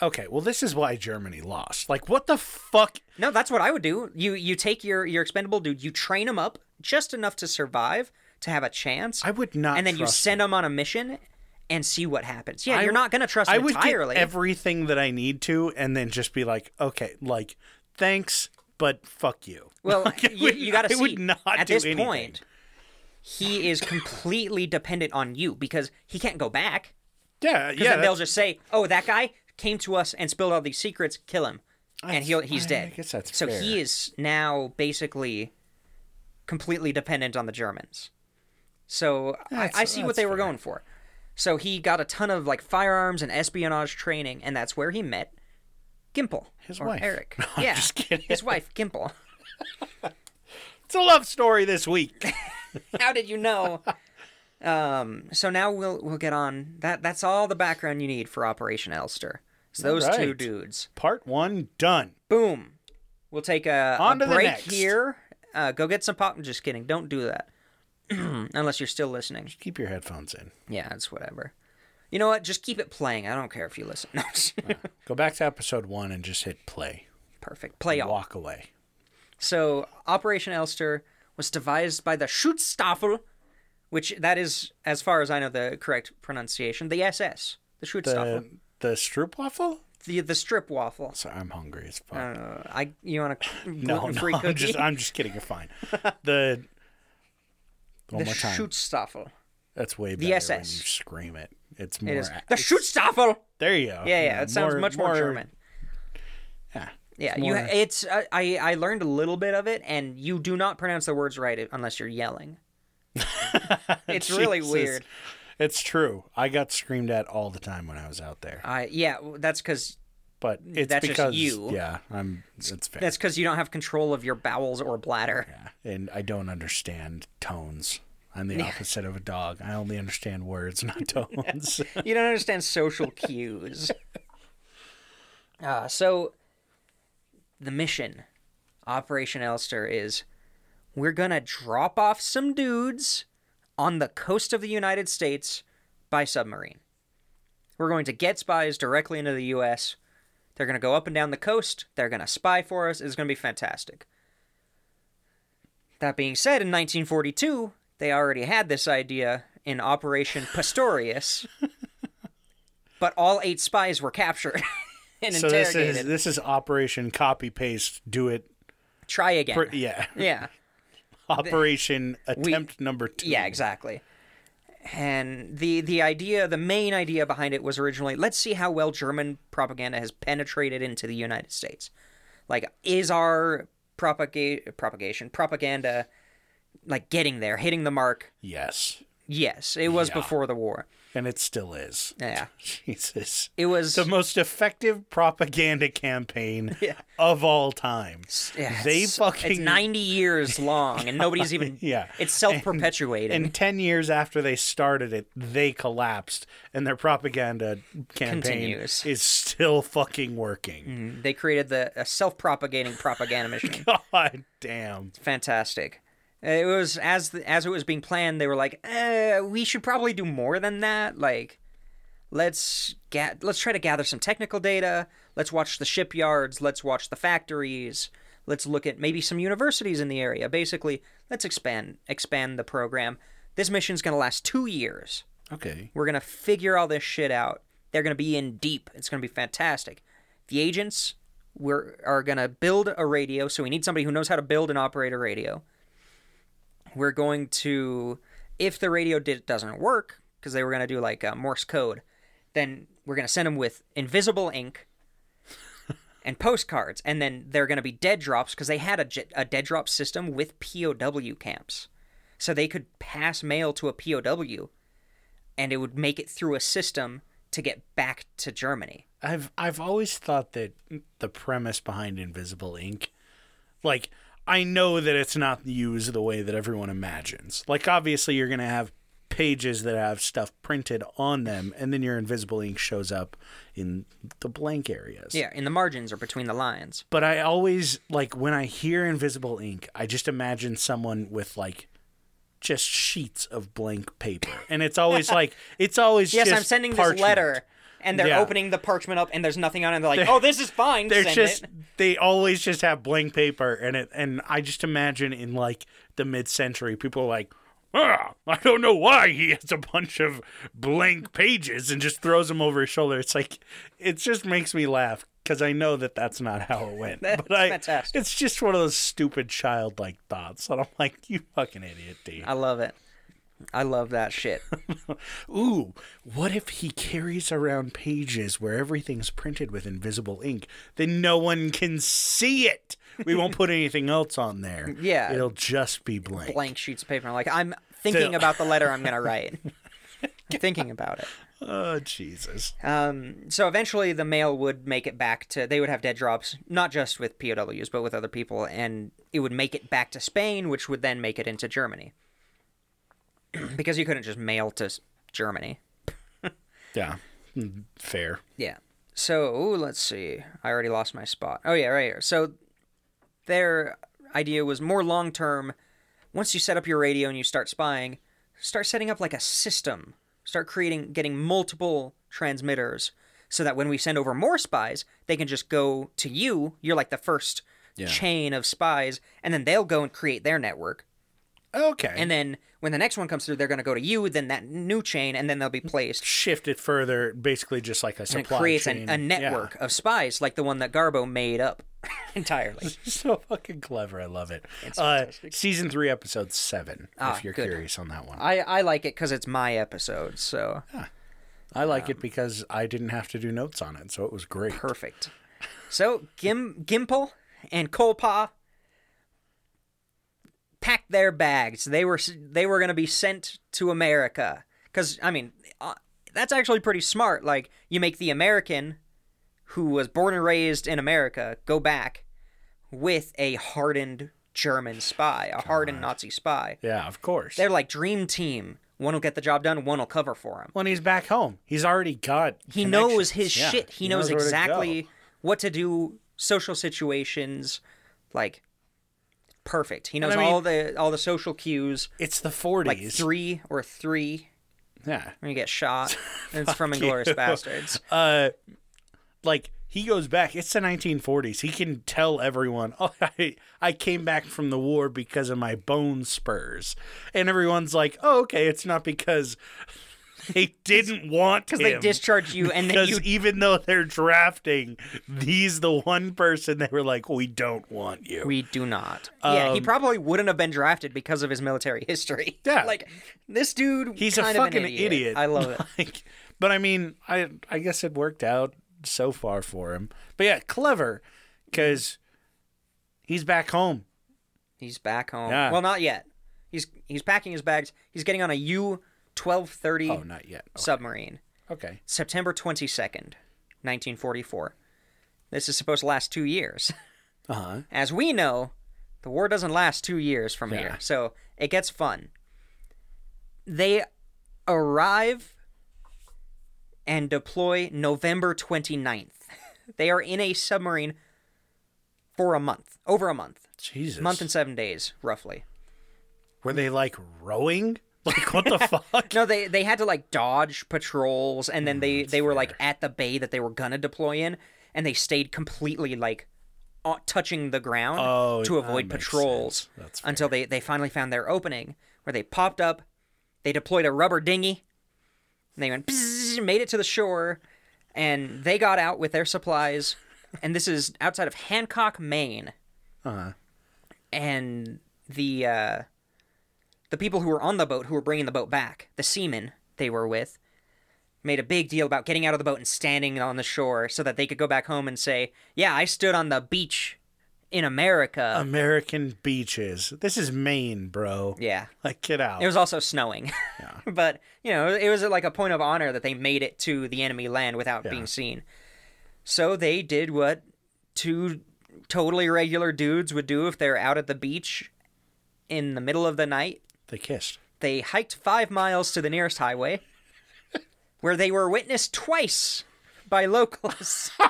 Speaker 2: okay, well, this is why Germany lost. Like, what the fuck?
Speaker 3: No, that's what I would do. You you take your your expendable dude, you train him up just enough to survive to have a chance.
Speaker 2: I would not.
Speaker 3: and then you
Speaker 2: trust
Speaker 3: send him on a mission and see what happens. Yeah,
Speaker 2: I-
Speaker 3: you're not gonna trust
Speaker 2: I
Speaker 3: him
Speaker 2: would
Speaker 3: entirely.
Speaker 2: get everything that I need to, and then just be like, okay, like, thanks, but fuck you.
Speaker 3: Well,
Speaker 2: Like, I
Speaker 3: you,
Speaker 2: would-
Speaker 3: you got to
Speaker 2: I
Speaker 3: see.
Speaker 2: would not
Speaker 3: at
Speaker 2: do
Speaker 3: this
Speaker 2: anything.
Speaker 3: point, he is completely dependent on you because he can't go back.
Speaker 2: Yeah,
Speaker 3: Yeah,
Speaker 2: yeah.
Speaker 3: then they'll just say, "Oh, that guy came to us and spilled all these secrets. Kill him." And he'll he's
Speaker 2: I
Speaker 3: dead.
Speaker 2: guess that's
Speaker 3: so
Speaker 2: fair.
Speaker 3: he is now basically completely dependent on the Germans. So I,
Speaker 2: That's-
Speaker 3: I see what
Speaker 2: that's
Speaker 3: they were
Speaker 2: fair.
Speaker 3: going for. So he got a ton of like firearms and espionage training, and that's where he met Gimple,
Speaker 2: His
Speaker 3: or
Speaker 2: wife.
Speaker 3: Eric.
Speaker 2: No, I'm
Speaker 3: yeah,
Speaker 2: just kidding.
Speaker 3: his wife Gimple.
Speaker 2: It's a love story this week.
Speaker 3: How did you know? um, so now we'll we'll get on that. That's all the background you need for Operation Elster. So those two
Speaker 2: Alright.
Speaker 3: dudes.
Speaker 2: Part one done.
Speaker 3: Boom. We'll take a, a
Speaker 2: On to the
Speaker 3: break
Speaker 2: next.
Speaker 3: here. Uh, go get some pop. I'm just kidding. Don't do that. Unless you're still listening.
Speaker 2: Keep your headphones in.
Speaker 3: Yeah, it's whatever. You know what? Just keep it playing. I don't care if you listen. No, just-
Speaker 2: Go back to episode one and just hit play.
Speaker 3: Perfect. Play all.
Speaker 2: Walk away.
Speaker 3: So Operation Elster was devised by the Schutzstaffel, which that is, as far as I know, the correct pronunciation. The SS, the Schutzstaffel,
Speaker 2: The, the stroopwafel?
Speaker 3: the the strip waffle.
Speaker 2: Sorry, I'm hungry as fuck.
Speaker 3: Uh, I you want a
Speaker 2: no,
Speaker 3: gluten
Speaker 2: no,
Speaker 3: free cookie?
Speaker 2: I'm just, I'm just kidding. You're fine. The one
Speaker 3: the
Speaker 2: more time.
Speaker 3: Schutzstaffel.
Speaker 2: That's way better when you
Speaker 3: SS.
Speaker 2: scream it. It's more.
Speaker 3: It is
Speaker 2: ac-
Speaker 3: the Schutzstaffel.
Speaker 2: there you go.
Speaker 3: Yeah, yeah, it sounds much more, German.
Speaker 2: Yeah.
Speaker 3: Yeah,
Speaker 2: It's
Speaker 3: you.
Speaker 2: more-
Speaker 3: It's uh, I. I learned a little bit of it, and you do not pronounce the words right unless you're yelling. it's really
Speaker 2: Jesus.
Speaker 3: weird.
Speaker 2: It's true. I got screamed at all the time when I was out there.
Speaker 3: I yeah, w- that's because
Speaker 2: But it's
Speaker 3: Uh, that's just
Speaker 2: because
Speaker 3: you.
Speaker 2: yeah, I'm. It's fair.
Speaker 3: that's because you don't have control of your bowels or bladder.
Speaker 2: and I don't understand tones. I'm the opposite of a dog. I only understand words, not tones.
Speaker 3: You don't understand social cues. Uh, so, the mission, Operation Elster, is we're going to drop off some dudes on the coast of the United States by submarine. We're going to get spies directly into the U.S. They're going to go up and down the coast. They're going to spy for us. It's going to be fantastic. That being said, in 1942, they already had this idea in Operation Pistorius, but all eight spies were captured and
Speaker 2: so this
Speaker 3: interrogated.
Speaker 2: is this is Operation Copy Paste. Do it.
Speaker 3: Try again.
Speaker 2: For, yeah.
Speaker 3: yeah.
Speaker 2: Operation Attempt Number Two.
Speaker 3: Yeah, exactly. And the the idea, the main idea behind it was originally, let's see how well German propaganda has penetrated into the United States. Like, is our propaga- propagation propaganda like getting there, hitting the mark?
Speaker 2: Yes,
Speaker 3: Yes, it was
Speaker 2: Yeah.
Speaker 3: before the war.
Speaker 2: and it still is.
Speaker 3: Yeah,
Speaker 2: Jesus.
Speaker 3: it was.
Speaker 2: the most effective propaganda campaign of all time.
Speaker 3: yeah,
Speaker 2: they
Speaker 3: it's-
Speaker 2: fucking
Speaker 3: It's ninety years long, and nobody's even.
Speaker 2: Yeah.
Speaker 3: it's self perpetuating.
Speaker 2: And 10 years after they started it, they collapsed, and their propaganda campaign
Speaker 3: Continues.
Speaker 2: is still fucking working.
Speaker 3: they created the a self propagating propaganda machine.
Speaker 2: God damn.
Speaker 3: fantastic. It was as the, as it was being planned, they were like, eh, "We should probably do more than that. Like, let's get let's try to gather some technical data. Let's watch the shipyards. Let's watch the factories. Let's look at maybe some universities in the area. Basically, let's expand expand the program. This mission's gonna last two years.
Speaker 2: Okay.
Speaker 3: We're gonna figure all this shit out. They're gonna be in deep. It's gonna be fantastic. The agents we're, are gonna build a radio, so we need somebody who knows how to build and operate a radio. We're going to, if the radio did, doesn't work, because they were gonna do like uh, Morse code, then we're gonna send them with invisible ink. and postcards, and then they're going to be dead drops because they had a, j- a dead drop system with POW camps, so they could pass mail to a POW, and it would make it through a system to get back to Germany.
Speaker 2: I've I've always thought that the premise behind Invisible Ink, like I know that it's not used the way that everyone imagines. Like obviously you're gonna have pages that have stuff printed on them, and then your Invisible Ink shows up in the blank areas.
Speaker 3: Yeah, in the margins or between the lines.
Speaker 2: But I always like when I hear Invisible Ink, I just imagine someone with like just sheets of blank paper, and it's always like it's always
Speaker 3: Yes,
Speaker 2: just
Speaker 3: I'm sending
Speaker 2: parchment.
Speaker 3: this letter, and they're
Speaker 2: Yeah.
Speaker 3: opening the parchment up, and there's nothing on it. And they're like, "Oh, this is fine.
Speaker 2: they're
Speaker 3: Send
Speaker 2: just
Speaker 3: it."
Speaker 2: they always just have blank paper and it and i just imagine in like the mid-century people are like "Ah, i don't know why he has a bunch of blank pages and just throws them over his shoulder it's like it just makes me laugh because i know that that's not how it went
Speaker 3: That's
Speaker 2: but I,
Speaker 3: fantastic.
Speaker 2: it's just one of those stupid childlike thoughts and i'm like you fucking idiot dude
Speaker 3: I love it. I love that shit.
Speaker 2: Ooh, what if he carries around pages where everything's printed with invisible ink? Then no one can see it. We won't put anything else on there.
Speaker 3: Yeah.
Speaker 2: It'll just be blank.
Speaker 3: Blank sheets of paper. I'm like, I'm thinking
Speaker 2: So-
Speaker 3: about the letter I'm gonna write. I'm thinking about it.
Speaker 2: Oh, Jesus.
Speaker 3: Um, So eventually, the mail would make it back to. They would have dead drops, not just with POWs, but with other people, and it would make it back to Spain, which would then make it into Germany, because you couldn't just mail to s- Germany.
Speaker 2: Yeah. Mm, Fair.
Speaker 3: Yeah. So ooh, let's see. I already lost my spot. Oh yeah, right here. So their idea was more long term. Once you set up your radio and you start spying, start setting up like a system. Start creating, getting multiple transmitters, so that when we send over more spies, they can just go to you. You're like the first chain of spies, and then they'll go and create their network.
Speaker 2: Okay.
Speaker 3: And then when the next one comes through, they're going to go to you. Then that new chain, and then they'll be placed
Speaker 2: shift it further, basically just like a
Speaker 3: and it
Speaker 2: supply
Speaker 3: creates
Speaker 2: chain.
Speaker 3: an, a network of spies like the one that Garbo made up entirely.
Speaker 2: Yeah. So fucking clever. I love it. Uh, season three, episode seven,
Speaker 3: Ah,
Speaker 2: if you're
Speaker 3: good. Ah,
Speaker 2: curious on that one.
Speaker 3: I, I like it because it's my episode, so
Speaker 2: Ah. I like it because I didn't have to do notes on it, so it was great.
Speaker 3: perfect. So Gim Gimple and Kolpa packed their bags. They were s- they were going to be sent to America because I mean uh, that's actually pretty smart. Like you make the American who was born and raised in America go back with a hardened German spy, a hardened Nazi spy.
Speaker 2: Yeah, of course.
Speaker 3: they're like dream team. One will get the job done. One will cover for him.
Speaker 2: when he's back home. He's already got.
Speaker 3: He
Speaker 2: connections.
Speaker 3: knows his
Speaker 2: Yeah,
Speaker 3: shit. He, knows,
Speaker 2: where to
Speaker 3: exactly
Speaker 2: go.
Speaker 3: what to do, social situations, like perfect. He knows
Speaker 2: I mean-
Speaker 3: all the all the social cues.
Speaker 2: It's the forties.
Speaker 3: Like three or three
Speaker 2: yeah,
Speaker 3: when you get shot. It's from Inglorious Bastards.
Speaker 2: uh, like he goes back. It's the 1940s. He can tell everyone, "Oh, I, I came back from the war because of my bone spurs," and everyone's like, "Oh, okay, it's not because." They didn't want because
Speaker 3: They discharge you and then
Speaker 2: because
Speaker 3: you
Speaker 2: even though they're drafting, he's the one person they were like, "We don't want you."
Speaker 3: we do not. yeah,
Speaker 2: Um,
Speaker 3: he probably wouldn't have been drafted because of his military history.
Speaker 2: Yeah.
Speaker 3: like this dude.
Speaker 2: He's
Speaker 3: kind
Speaker 2: a
Speaker 3: of an
Speaker 2: fucking
Speaker 3: idiot. I love it.
Speaker 2: Like, but I mean, I I guess it worked out so far for him. But yeah, clever because he's back home.
Speaker 3: He's back home.
Speaker 2: Yeah.
Speaker 3: Well, not yet. He's he's packing his bags. He's getting on a U twelve thirty
Speaker 2: Oh, not yet. Oh,
Speaker 3: submarine.
Speaker 2: Okay.
Speaker 3: September twenty second, nineteen forty four. This is supposed to last two years.
Speaker 2: Uh huh.
Speaker 3: As we know, the war doesn't last two years from here, so it gets fun. They arrive and deploy November 29th. They are in a submarine for a month, over a month,
Speaker 2: Jesus.
Speaker 3: month and seven days, roughly.
Speaker 2: Were they like rowing? Like what the fuck? Mm,
Speaker 3: No, they they had to like dodge patrols, and then they they were like at the bay that they were gonna deploy in, and they stayed completely like o- touching the ground
Speaker 2: Oh,
Speaker 3: to
Speaker 2: that
Speaker 3: avoid
Speaker 2: makes
Speaker 3: patrols
Speaker 2: sense. That's
Speaker 3: until they they finally found their opening where they popped up, they deployed a rubber dinghy, and they went bzzz, made it to the shore, and they got out with their supplies, and this is outside of Hancock, Maine
Speaker 2: Uh-huh.
Speaker 3: and the uh, the people who were on the boat who were bringing the boat back, the seamen they were with, made a big deal about getting out of the boat and standing on the shore so that they could go back home and say, "Yeah, I stood on the beach in America."
Speaker 2: Um, American beaches. This is Maine, bro.
Speaker 3: yeah.
Speaker 2: Like, get out.
Speaker 3: It was also snowing. but, you know, it was like a point of honor that they made it to the enemy land without being seen. So they did what two totally regular dudes would do if they're out at the beach in the middle of the night.
Speaker 2: they kissed.
Speaker 3: They hiked five miles to the nearest highway, where they were witnessed twice by locals.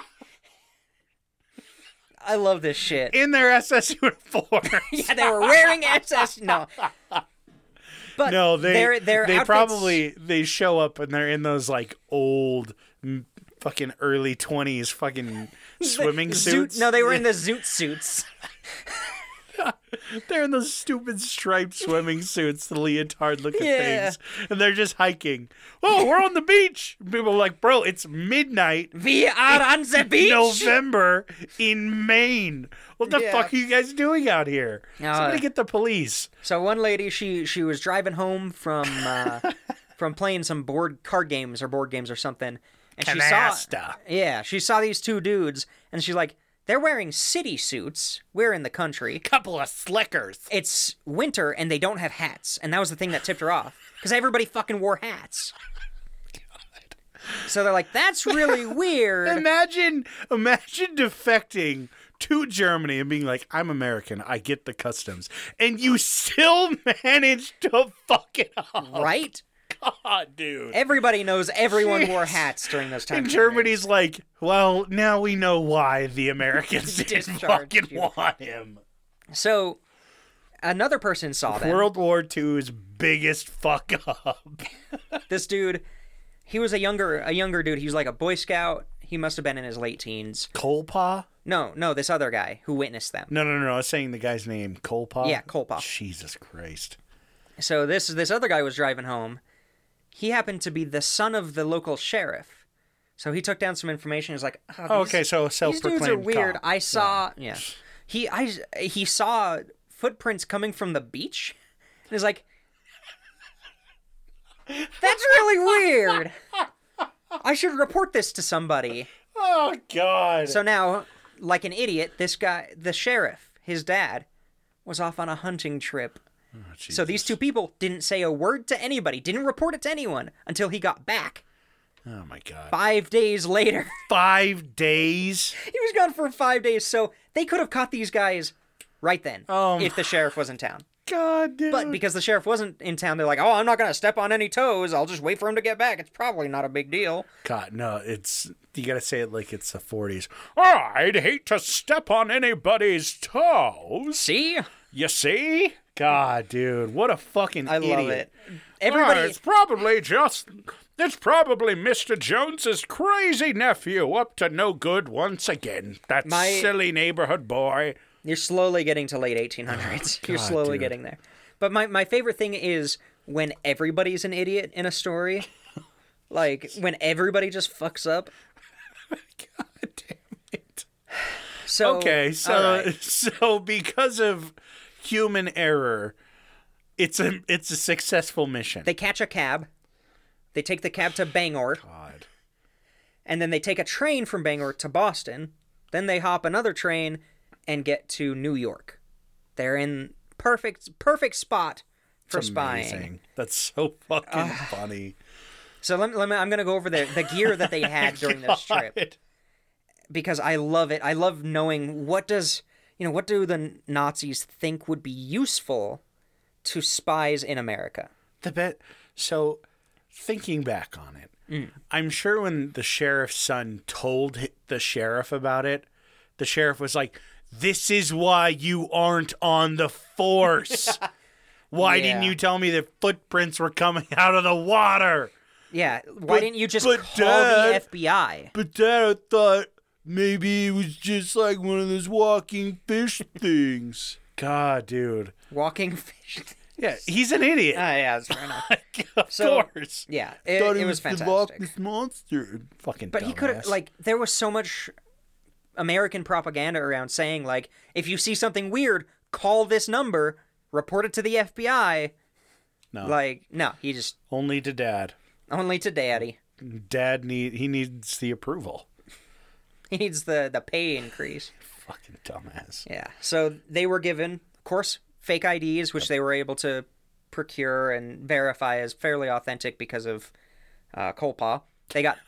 Speaker 3: I love this shit.
Speaker 2: In their SS uniforms.
Speaker 3: Yeah, they were wearing SS. No. But
Speaker 2: no, they
Speaker 3: their, their
Speaker 2: they
Speaker 3: outfits-
Speaker 2: probably they show up and they're in those like old m- fucking early 20s fucking swimming
Speaker 3: Zoot-
Speaker 2: suits.
Speaker 3: No, they were in the zoot suits.
Speaker 2: They're in those stupid striped swimming suits, the leotard looking
Speaker 3: Yeah.
Speaker 2: things, and they're just hiking. Oh, we're on the beach. People are like, bro, it's midnight,
Speaker 3: We are on the beach.
Speaker 2: November in Maine. What the
Speaker 3: Yeah.
Speaker 2: fuck are you guys doing out here?
Speaker 3: No,
Speaker 2: Somebody
Speaker 3: uh,
Speaker 2: get the police.
Speaker 3: So one lady, she she was driving home from uh, from playing some board card games or board games or something, and she saw
Speaker 2: Canasta.
Speaker 3: yeah, she saw these two dudes, and she's like, they're wearing city suits. We're in the country.
Speaker 2: Couple of slickers.
Speaker 3: It's winter, and they don't have hats, and that was the thing that tipped her off because everybody fucking wore hats. So they're like, that's really weird.
Speaker 2: Imagine, imagine defecting to Germany and being like, "I'm American. I get the customs," and you still manage to fuck it up,
Speaker 3: Right?
Speaker 2: God, dude.
Speaker 3: Everybody knows everyone wore
Speaker 2: Jeez.
Speaker 3: hats during those times.
Speaker 2: And
Speaker 3: period.
Speaker 2: Germany's like, well, now we know why the Americans didn't
Speaker 3: Discharged
Speaker 2: fucking
Speaker 3: you.
Speaker 2: want him.
Speaker 3: So another person saw that.
Speaker 2: World War II's biggest fuck up.
Speaker 3: This dude, he was a younger a younger dude. He was like a Boy Scout. He must have been in his late teens.
Speaker 2: Kolpa?
Speaker 3: No, no, this other guy who witnessed them.
Speaker 2: No, no, no, no. I was saying the guy's name, Kolpa.
Speaker 3: Yeah, Kolpa.
Speaker 2: Jesus Christ.
Speaker 3: So this this other guy was driving home. He happened to be the son of the local sheriff. So he took down some information. He was like, oh,
Speaker 2: Oh,
Speaker 3: these-
Speaker 2: okay, so
Speaker 3: These dudes are
Speaker 2: self-proclaimed
Speaker 3: weird.
Speaker 2: cop.
Speaker 3: I saw yeah. He I he saw footprints coming from the beach. And he's like That's really weird. I should report this to somebody.
Speaker 2: Oh God.
Speaker 3: So now, like an idiot, this guy the sheriff, his dad, was off on a hunting trip.
Speaker 2: Oh,
Speaker 3: so these two people didn't say a word to anybody, didn't report it to anyone until he got back
Speaker 2: oh my God.
Speaker 3: five days later.
Speaker 2: Five days.
Speaker 3: He was gone for five days, so they could have caught these guys right then
Speaker 2: Um.
Speaker 3: if the sheriff was in town.
Speaker 2: God, dude.
Speaker 3: But because the sheriff wasn't in town, they're like, "Oh, I'm not gonna step on any toes. I'll just wait for him to get back. It's probably not a big deal."
Speaker 2: God, no, it's you gotta say it like it's the forties. I'd hate to step on anybody's toes.
Speaker 3: See,
Speaker 2: You see? God, dude, what a fucking
Speaker 3: I love
Speaker 2: idiot.
Speaker 3: it.
Speaker 2: Ah,
Speaker 3: Everybody,
Speaker 2: it's probably just it's probably Mr. Jones's crazy nephew up to no good once again. That
Speaker 3: My-
Speaker 2: silly neighborhood boy.
Speaker 3: you're slowly getting to late 1800s. you're slowly
Speaker 2: Oh, dude.
Speaker 3: getting there. But my my favorite thing is when everybody's an idiot in a story. Like when everybody just fucks up.
Speaker 2: God damn it.
Speaker 3: So
Speaker 2: Okay,
Speaker 3: all
Speaker 2: so
Speaker 3: right.
Speaker 2: so because of human error, it's a it's a successful mission.
Speaker 3: they catch a cab. They take the cab to Bangor.
Speaker 2: God.
Speaker 3: and then they take a train from Bangor to Boston. Then they hop another train and get to New York. They're in perfect perfect spot for spying. Ah,
Speaker 2: Amazing. That's so fucking funny.
Speaker 3: So let me, let me I'm going to go over the the gear that
Speaker 2: Oh
Speaker 3: they had during this trip
Speaker 2: God.
Speaker 3: because I love it. I love knowing what does you know what do the Nazis think would be useful to spies in America.
Speaker 2: The bet. So, thinking back on it,
Speaker 3: Mm.
Speaker 2: I'm sure when the sheriff's son told hi- the sheriff about it, the sheriff was like, "This is why you aren't on the force. why didn't
Speaker 3: Yeah.
Speaker 2: you tell me that footprints were coming out of the water?"
Speaker 3: Yeah, why didn't you just call
Speaker 2: but Dad-
Speaker 3: the FBI?
Speaker 2: But Dad, I thought maybe it was just like one of those walking fish things. God, dude.
Speaker 3: Walking fish.
Speaker 2: Yeah, he's an idiot.
Speaker 3: Ah, yeah, that's fair
Speaker 2: Uh,
Speaker 3: enough.
Speaker 2: of
Speaker 3: So-
Speaker 2: course.
Speaker 3: Yeah, it,
Speaker 2: Thought
Speaker 3: it was fantastic.
Speaker 2: Monster. Fucking
Speaker 3: But he could have
Speaker 2: dumbass.
Speaker 3: like there was so much American propaganda around saying like if you see something weird, call this number, report it to the FBI.
Speaker 2: No.
Speaker 3: Like no, he just
Speaker 2: only to dad.
Speaker 3: only to daddy.
Speaker 2: dad need he needs the approval.
Speaker 3: He needs the the pay increase.
Speaker 2: Fucking dumbass.
Speaker 3: Yeah. So they were given, of course, fake IDs, which they were able to procure and verify as fairly authentic because of uh, Colpa. They got.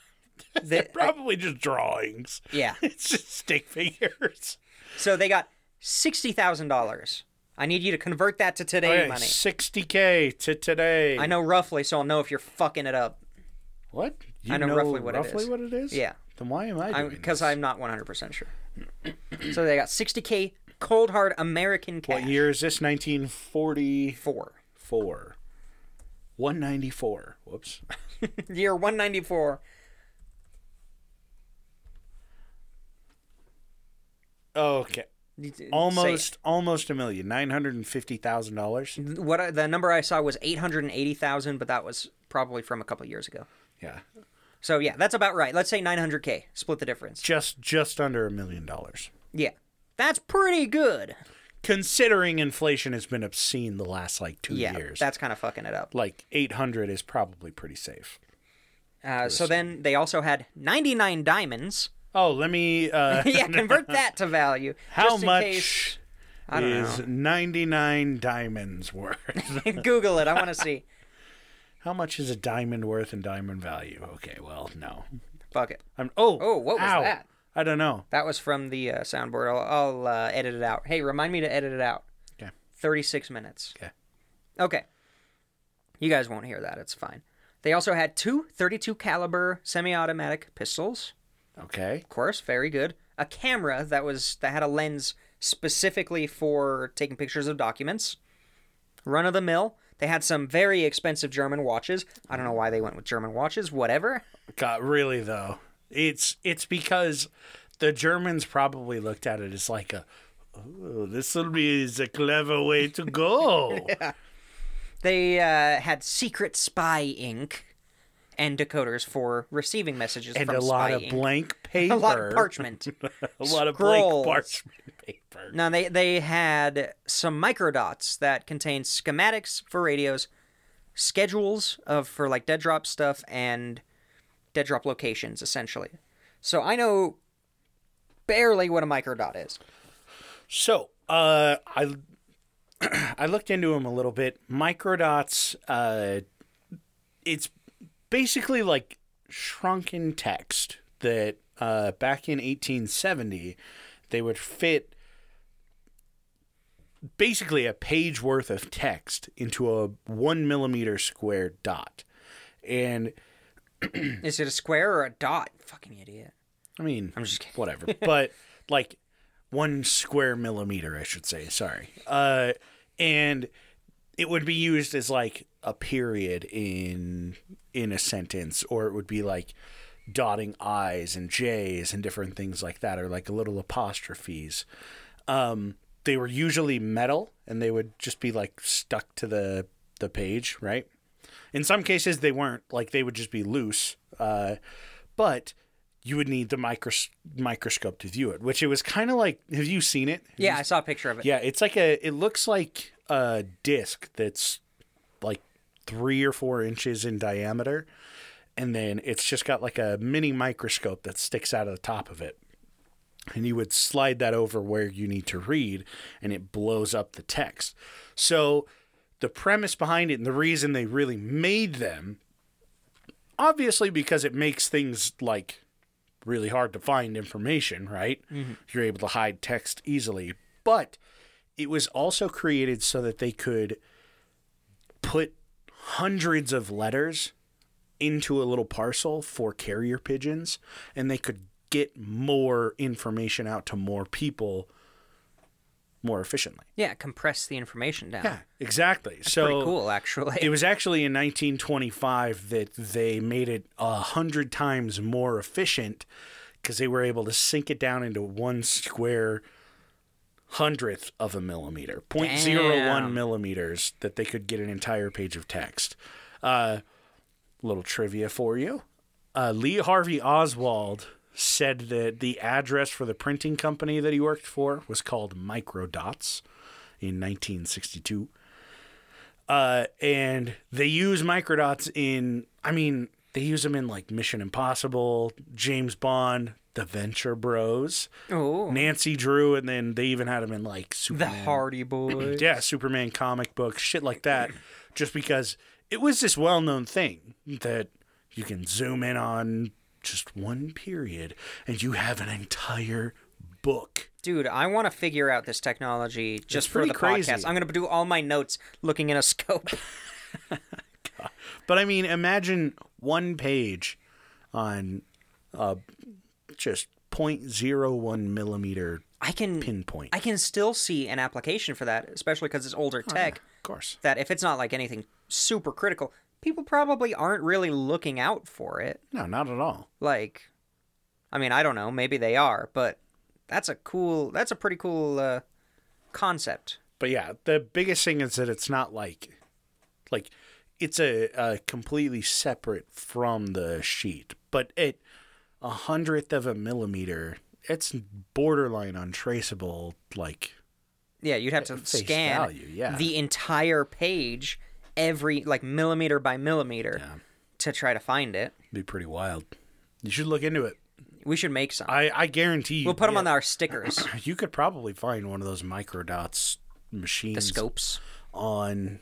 Speaker 3: They,
Speaker 2: Probably just drawings.
Speaker 3: yeah.
Speaker 2: It's just stick figures.
Speaker 3: So they got sixty thousand dollars. I need you to convert that to today
Speaker 2: Okay,
Speaker 3: money.
Speaker 2: 60k to today.
Speaker 3: I know roughly, so I'll know if you're fucking it up.
Speaker 2: What? You
Speaker 3: I know roughly what it
Speaker 2: roughly
Speaker 3: is.
Speaker 2: what it is?
Speaker 3: Yeah.
Speaker 2: Then why am I doing
Speaker 3: Because
Speaker 2: this?
Speaker 3: I'm not 100% sure. so they got 60K cold hard American cash.
Speaker 2: What year is this? 1944.
Speaker 3: Four.
Speaker 2: 194. Whoops.
Speaker 3: Year 194.
Speaker 2: Okay.
Speaker 3: You d- say it.
Speaker 2: Almost almost a million. $950,000.
Speaker 3: What I, the number I saw was 880,000, but that was probably from a couple years ago.
Speaker 2: Yeah.
Speaker 3: So yeah, that's about right. Let's say 900K. Split the difference.
Speaker 2: Just just under a million dollars.
Speaker 3: Yeah. That's pretty good.
Speaker 2: Considering inflation has been obscene the last like 2
Speaker 3: Yeah.
Speaker 2: years.
Speaker 3: That's kind of fucking it up.
Speaker 2: like 800 is probably pretty safe.
Speaker 3: Uh, so then they also had 99 diamonds.
Speaker 2: Oh, let me uh
Speaker 3: yeah, convert that to value.
Speaker 2: how
Speaker 3: just in
Speaker 2: much
Speaker 3: case- don't
Speaker 2: is 99 diamonds worth?
Speaker 3: Google it. I want to see.
Speaker 2: How much is a diamond worth in diamond value? Okay, well, no.
Speaker 3: Fuck it.
Speaker 2: I'm oh
Speaker 3: Oh, what was
Speaker 2: ow.
Speaker 3: that?
Speaker 2: I don't know.
Speaker 3: That was from the uh, soundboard. I'll, I'll uh, edit it out. Hey, remind me to edit it out.
Speaker 2: Okay.
Speaker 3: 36 minutes.
Speaker 2: Okay.
Speaker 3: Okay. You guys won't hear that. It's fine. They also had two 32 caliber semi-automatic pistols.
Speaker 2: Okay.
Speaker 3: Of course, very good. A camera that was that had a lens specifically for taking pictures of documents. Run of the mill. They had some very expensive German watches. I don't know why they went with German watches. Whatever.
Speaker 2: God, really though. It's it's because the Germans probably looked at it as like a oh, this will be is a clever way to go.
Speaker 3: They uh, had secret spy ink and decoders for receiving messages
Speaker 2: And
Speaker 3: from
Speaker 2: a lot
Speaker 3: spy
Speaker 2: of
Speaker 3: ink.
Speaker 2: blank paper.
Speaker 3: a lot of parchment.
Speaker 2: a lot of blank
Speaker 3: scrolls.
Speaker 2: parchment paper.
Speaker 3: now they they had some microdots that contained schematics for radios, schedules of for like dead drop stuff and dead drop locations essentially. So I know barely what a microdot is.
Speaker 2: So, uh, I I looked into them a little bit. Microdots, uh, it's basically like shrunken text that uh, back in 1870 they would fit basically a page worth of text into a one millimeter square dot, and
Speaker 3: Is it a square or a dot? Fucking idiot.
Speaker 2: I mean,
Speaker 3: I'm just kidding.
Speaker 2: whatever. but like one square millimeter, I should say. Sorry. Uh, and it would be used as like a period in in a sentence, or it would be like dotting i's and j's and different things like that, or like little apostrophes. Um, they were usually metal, and they would just be like stuck to the the page, right? In some cases, they weren't. Like they would just be loose. Uh, but you would need the micros- microscope to view it, which it was kind of like. Have you seen it? Have
Speaker 3: Yeah, I saw a picture of it.
Speaker 2: yeah, it's like a. It looks like a disc that's like three or four inches in diameter, and then it's just got like a mini microscope that sticks out of the top of it, and you would slide that over where you need to read, and it blows up the text. So, the premise behind it and the reason they really made them, obviously, because it makes things like really hard to find information, right? You're able to hide text easily. But it was also created so that they could put hundreds of letters into a little parcel for carrier pigeons and they could get more information out to more people more efficiently.
Speaker 3: Yeah, compress the information down.
Speaker 2: exactly. so
Speaker 3: Pretty cool actually.
Speaker 2: it was actually in 1925 that they made it a hundred times more efficient because they were able to sink it down into one square hundredth of a millimeter, 0.01
Speaker 3: Damn.
Speaker 2: millimeters, that they could get an entire page of text. Uh, little trivia for you: uh, Lee Harvey Oswald said that the address for the printing company that he worked for was called Microdots in 1962 uh, and they use microdots in i mean They use them in like Mission Impossible, James Bond, The Venture Bros,
Speaker 3: Oh,
Speaker 2: Nancy Drew, and then they even had them in like
Speaker 3: the
Speaker 2: Superman.
Speaker 3: Hardy Boys.
Speaker 2: yeah, Superman comic books, shit like that, just because it was this well known thing that you can zoom in on just one period and you have an entire book.
Speaker 3: Dude, I want to figure out this technology just for
Speaker 2: pretty
Speaker 3: the
Speaker 2: crazy.
Speaker 3: podcast. I'm going to do all my notes looking in a scope.
Speaker 2: But I mean, imagine one page on uh, just 0.01 millimeter
Speaker 3: I can
Speaker 2: pinpoint.
Speaker 3: I can still see an application for that, especially because it's older
Speaker 2: Oh,
Speaker 3: tech.
Speaker 2: of course.
Speaker 3: That if it's not like anything super critical, people probably aren't really looking out for it.
Speaker 2: No, not at all.
Speaker 3: Like, I mean, I don't know. Maybe they are, but that's a cool. That's a pretty cool uh, concept.
Speaker 2: But yeah, the biggest thing is that it's not like, like, it's a, a completely separate from the sheet. But at a hundredth of a millimeter, it's borderline untraceable. Like,
Speaker 3: Yeah, you'd have to
Speaker 2: face
Speaker 3: scan
Speaker 2: value, yeah.
Speaker 3: the entire page, every like millimeter by millimeter, to try to find it.
Speaker 2: it'd be pretty wild. You should look into it.
Speaker 3: We should make some.
Speaker 2: I I guarantee you.
Speaker 3: we'll put them on our stickers,
Speaker 2: You could probably find one of those microdots machines
Speaker 3: the scopes.
Speaker 2: on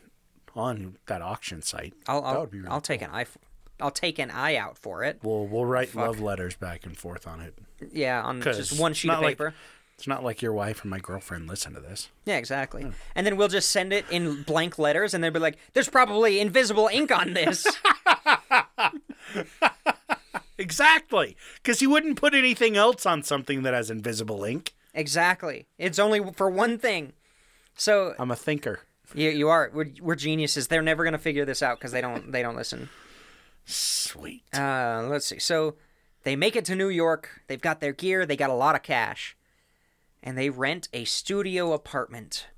Speaker 2: on that auction site.
Speaker 3: I'll
Speaker 2: that
Speaker 3: I'll,
Speaker 2: would be really
Speaker 3: I'll take an eye. f- I'll take an eye out for it.
Speaker 2: We'll we'll write love letters back and forth on it.
Speaker 3: Yeah, on
Speaker 2: 'Cause
Speaker 3: just one
Speaker 2: it's
Speaker 3: sheet
Speaker 2: not
Speaker 3: of
Speaker 2: like-
Speaker 3: paper.
Speaker 2: it's not like your wife and my girlfriend listen to this.
Speaker 3: Yeah, exactly.
Speaker 2: Hmm.
Speaker 3: And then we'll just send it in blank letters, and they'll be like, "There's probably invisible ink on this."
Speaker 2: Exactly, because you wouldn't put anything else on something that has invisible ink.
Speaker 3: exactly. It's only for one thing. So
Speaker 2: I'm a thinker.
Speaker 3: you, you are we're, we're geniuses. They're never gonna figure this out because they don't they don't listen.
Speaker 2: Sweet.
Speaker 3: Uh, let's see. So they make it to New York. They've got their gear. They got a lot of cash, and they rent a studio apartment,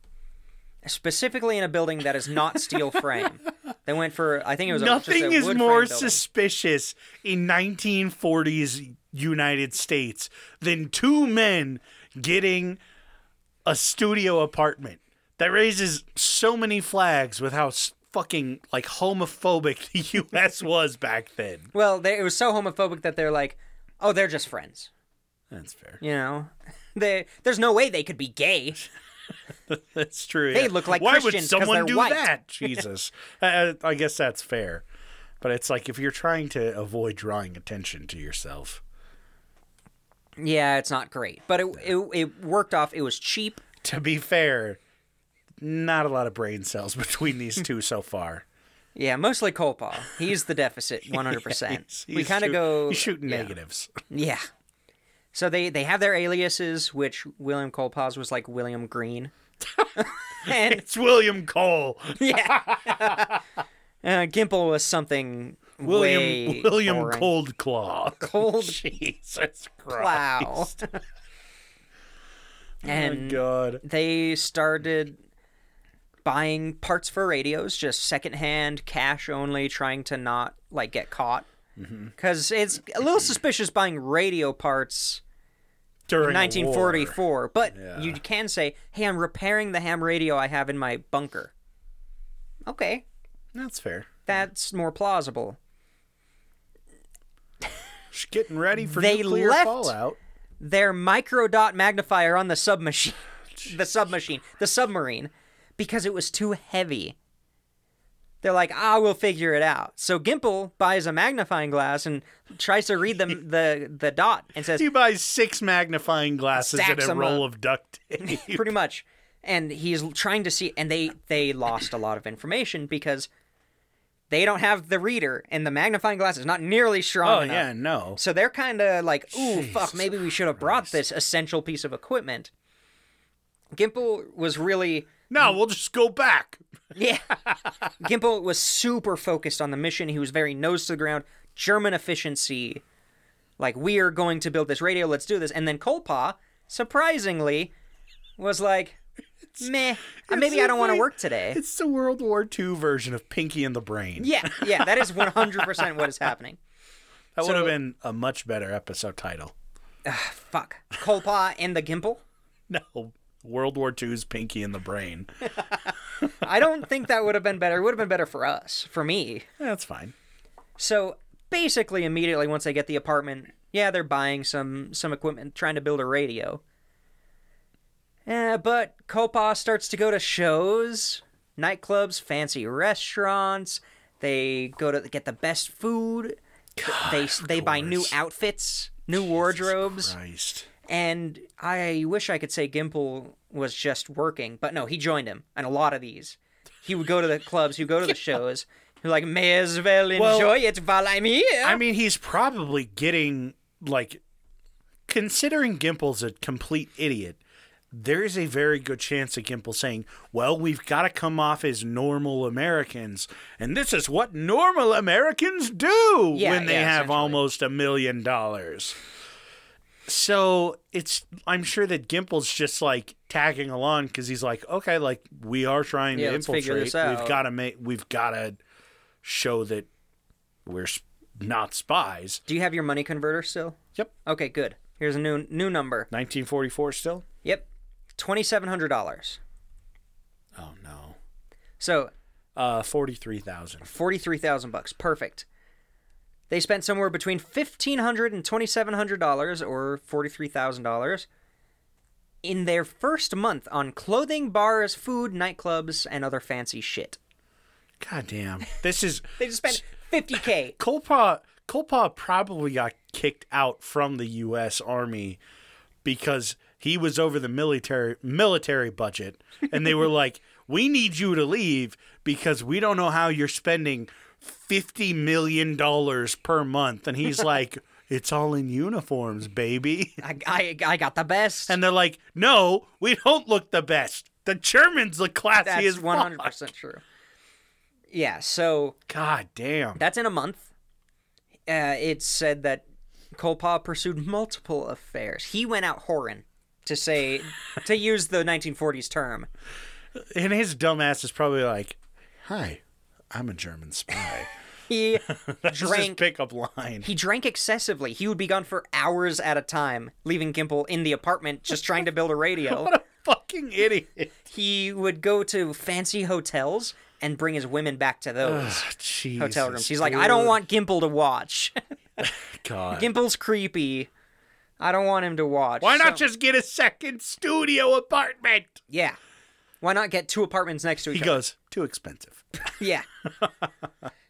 Speaker 3: specifically in a building that is not steel frame. they went for I think it was a, just a
Speaker 2: Nothing is
Speaker 3: wood
Speaker 2: more
Speaker 3: frame building.
Speaker 2: suspicious in 1940s United States than two men getting a studio apartment. That raises so many flags with how s- fucking like homophobic the US was back then.
Speaker 3: Well, they, it was so homophobic that they're like, oh, they're just friends.
Speaker 2: That's fair.
Speaker 3: You know, they, there's no way they could be gay.
Speaker 2: That's true.
Speaker 3: They
Speaker 2: yeah.
Speaker 3: look like
Speaker 2: Why
Speaker 3: Christians
Speaker 2: would
Speaker 3: 'cause
Speaker 2: someone
Speaker 3: they're
Speaker 2: do
Speaker 3: white.
Speaker 2: that? Jesus. I, I I guess that's fair. But it's like if you're trying to avoid drawing attention to yourself.
Speaker 3: Yeah, it's not great, but it it, it worked off. It was cheap.
Speaker 2: to be fair, not a lot of brain cells between these two so far.
Speaker 3: Yeah, mostly Kolpa. He's the deficit, 100%. we
Speaker 2: He's
Speaker 3: kind of
Speaker 2: shoot-
Speaker 3: go.
Speaker 2: He's shooting
Speaker 3: yeah.
Speaker 2: negatives.
Speaker 3: Yeah. So they, they have their aliases, which William Kolpa's was like William Green. and
Speaker 2: It's William Cole.
Speaker 3: yeah. uh, Gimple was something.
Speaker 2: William
Speaker 3: way
Speaker 2: William
Speaker 3: boring.
Speaker 2: Cold Claw.
Speaker 3: Cold
Speaker 2: Jesus Christ.
Speaker 3: Wow.
Speaker 2: Oh,
Speaker 3: and
Speaker 2: God.
Speaker 3: they started buying parts for radios just secondhand cash only trying to not like get caught
Speaker 2: Mm-hmm.
Speaker 3: because it's a little suspicious buying radio parts
Speaker 2: During
Speaker 3: in
Speaker 2: a war.
Speaker 3: 1944 but you can say hey i'm repairing the ham radio i have in my bunker okay
Speaker 2: That's fair.
Speaker 3: that's more plausible
Speaker 2: She's getting ready for
Speaker 3: They
Speaker 2: nuclear
Speaker 3: left-
Speaker 2: fallout.
Speaker 3: their micro dot magnifier on the submachine the submachine the submarine because it was too heavy they're like ah we'll figure it out so gimple buys a magnifying glass and tries to read the the, the dot and says
Speaker 2: He buys six magnifying glasses and
Speaker 3: Stacks
Speaker 2: a
Speaker 3: 'em
Speaker 2: roll of duct tape.
Speaker 3: pretty much and he's trying to see and they they lost a lot of information because they don't have the reader and the magnifying glass is not nearly strong
Speaker 2: oh
Speaker 3: enough.
Speaker 2: yeah, no.
Speaker 3: So they're kind of like, ooh, fuck, maybe we should have brought this essential piece of equipment. Gimple was really,
Speaker 2: No, we'll just go back.
Speaker 3: yeah. Gimple was super focused on the mission. He was very nose to the ground, German efficiency. Like, we are going to build this radio, let's do this. And then Kolpa, surprisingly, was like, meh, maybe I don't want to
Speaker 2: like-
Speaker 3: work today.
Speaker 2: It's the World War II version of Pinky and the Brain.
Speaker 3: Yeah, yeah, that is 100% what is happening.
Speaker 2: That would have
Speaker 3: So-
Speaker 2: been a much better episode title.
Speaker 3: Fuck. Kolpa and the Gimple?
Speaker 2: No, World War II's Pinky and the Brain.
Speaker 3: I don't think that would have been better. It would have been better for us, for me.
Speaker 2: That's fine.
Speaker 3: So basically immediately once they get the apartment, yeah, they're buying some some equipment, trying to build a radio. Eh, but Copa starts to go to shows, nightclubs, fancy restaurants. They go to get the best food. they they buy new
Speaker 2: course.
Speaker 3: outfits, new wardrobes,
Speaker 2: Christ.
Speaker 3: and I wish I could say Gimple was just working, but no, he joined him. And a lot of these, he would go to the clubs, he would go to the shows. He was like, may as well enjoy
Speaker 2: Well,
Speaker 3: it while I'm here.
Speaker 2: I mean, he's probably getting like, considering Gimple's a complete idiot. There is a very good chance of Gimple saying, "Well, we've got to come off as normal Americans, and this is what normal Americans do
Speaker 3: Yeah,
Speaker 2: when they
Speaker 3: yeah,
Speaker 2: have
Speaker 3: essentially.
Speaker 2: almost a million dollars." So it's I'm sure that Gimple's just like tagging along because he's like, "Okay, like we are trying
Speaker 3: Yeah,
Speaker 2: to
Speaker 3: let's
Speaker 2: infiltrate.
Speaker 3: figure this
Speaker 2: We've
Speaker 3: out."
Speaker 2: got to make. We've got to show that we're s- not spies.
Speaker 3: Do you have your money converter still?
Speaker 2: Yep.
Speaker 3: Okay, good. Here's a new new number.
Speaker 2: 1944 still?
Speaker 3: Yep, twenty seven hundred dollars.
Speaker 2: Oh no.
Speaker 3: So
Speaker 2: Uh 43,000.
Speaker 3: forty three thousand bucks. Perfect. They spent somewhere between fifteen hundred and twenty seven hundred dollars, or forty three thousand dollars, in their first month on clothing, bars, food, nightclubs, and other fancy shit.
Speaker 2: God damn. This is
Speaker 3: They just spent fifty k.
Speaker 2: Kolpa Kolpa probably got kicked out from the US Army because he was over the military military budget and they were like, "We need you to leave because we don't know how you're spending 50 million dollars per month." And he's like, "It's all in uniforms, baby."
Speaker 3: I, I, I got the best.
Speaker 2: And they're like, no, we don't look the best. The Germans look classy
Speaker 3: That's
Speaker 2: as
Speaker 3: one hundred
Speaker 2: fuck."
Speaker 3: percent true. Yeah. So
Speaker 2: God damn.
Speaker 3: That's in a month. Uh, it's said that Kolpa pursued multiple affairs. He went out whoring, to say, to use the 1940s term.
Speaker 2: And his dumbass is probably like, hi, I'm a German spy.
Speaker 3: He
Speaker 2: That's his
Speaker 3: Drank.
Speaker 2: pickup line.
Speaker 3: he drank excessively. He would be gone for hours at a time, leaving Gimple in the apartment just trying to build a radio.
Speaker 2: What a fucking idiot.
Speaker 3: He would go to fancy hotels and bring his women back to those
Speaker 2: Jesus,
Speaker 3: hotel rooms. He's like, I don't
Speaker 2: dude.
Speaker 3: want Gimple to watch.
Speaker 2: God.
Speaker 3: Gimple's creepy. I don't want him to watch.
Speaker 2: Why not
Speaker 3: So-
Speaker 2: just get a second studio apartment?
Speaker 3: Yeah. Why not get two apartments next to each
Speaker 2: He
Speaker 3: other?
Speaker 2: goes, too expensive.
Speaker 3: Yeah.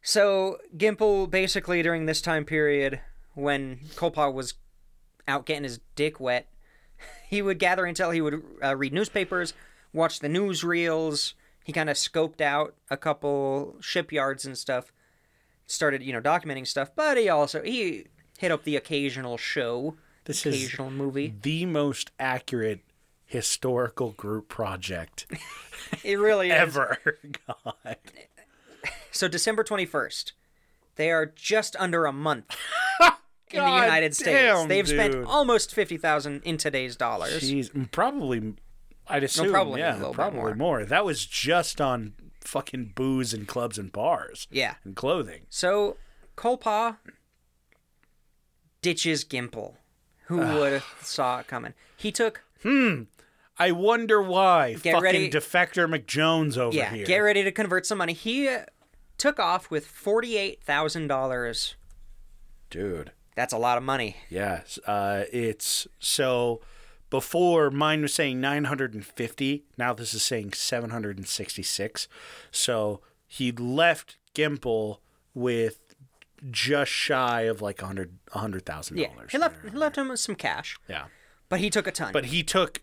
Speaker 3: so Gimple basically during this time period when Kolpa was out getting his dick wet, he would gather intel. He would uh, read newspapers, watch the newsreels. He kind of scoped out a couple shipyards and stuff. Started you know documenting stuff, but he also he hit up the occasional show,
Speaker 2: This is-
Speaker 3: occasional movie.
Speaker 2: The most accurate historical group project
Speaker 3: It really is.
Speaker 2: ever. God.
Speaker 3: So December 21st. They are just under a month in the
Speaker 2: God
Speaker 3: United States.
Speaker 2: damn,
Speaker 3: They've spent
Speaker 2: dude.
Speaker 3: almost 50,000 in today's dollars.
Speaker 2: Jeez, mm, probably. I'd assume,
Speaker 3: probably a
Speaker 2: yeah,
Speaker 3: little bit
Speaker 2: probably
Speaker 3: more.
Speaker 2: That was just on fucking booze and clubs and bars.
Speaker 3: Yeah.
Speaker 2: and clothing.
Speaker 3: So Kolpa ditches Gimple. Who would have saw it coming? He took
Speaker 2: I wonder why
Speaker 3: Get
Speaker 2: fucking
Speaker 3: ready-
Speaker 2: defector McJones over
Speaker 3: yeah,
Speaker 2: here.
Speaker 3: get ready to convert some money. He uh, took off with $48,000.
Speaker 2: dude.
Speaker 3: That's a lot of money.
Speaker 2: Yes, uh, it's so. Before mine was saying 950. Now this is saying 766. So he left Gimple with just shy of like 100 $100,000.
Speaker 3: Yeah. He left he left him with some cash,
Speaker 2: Yeah.
Speaker 3: but he took a ton.
Speaker 2: but he took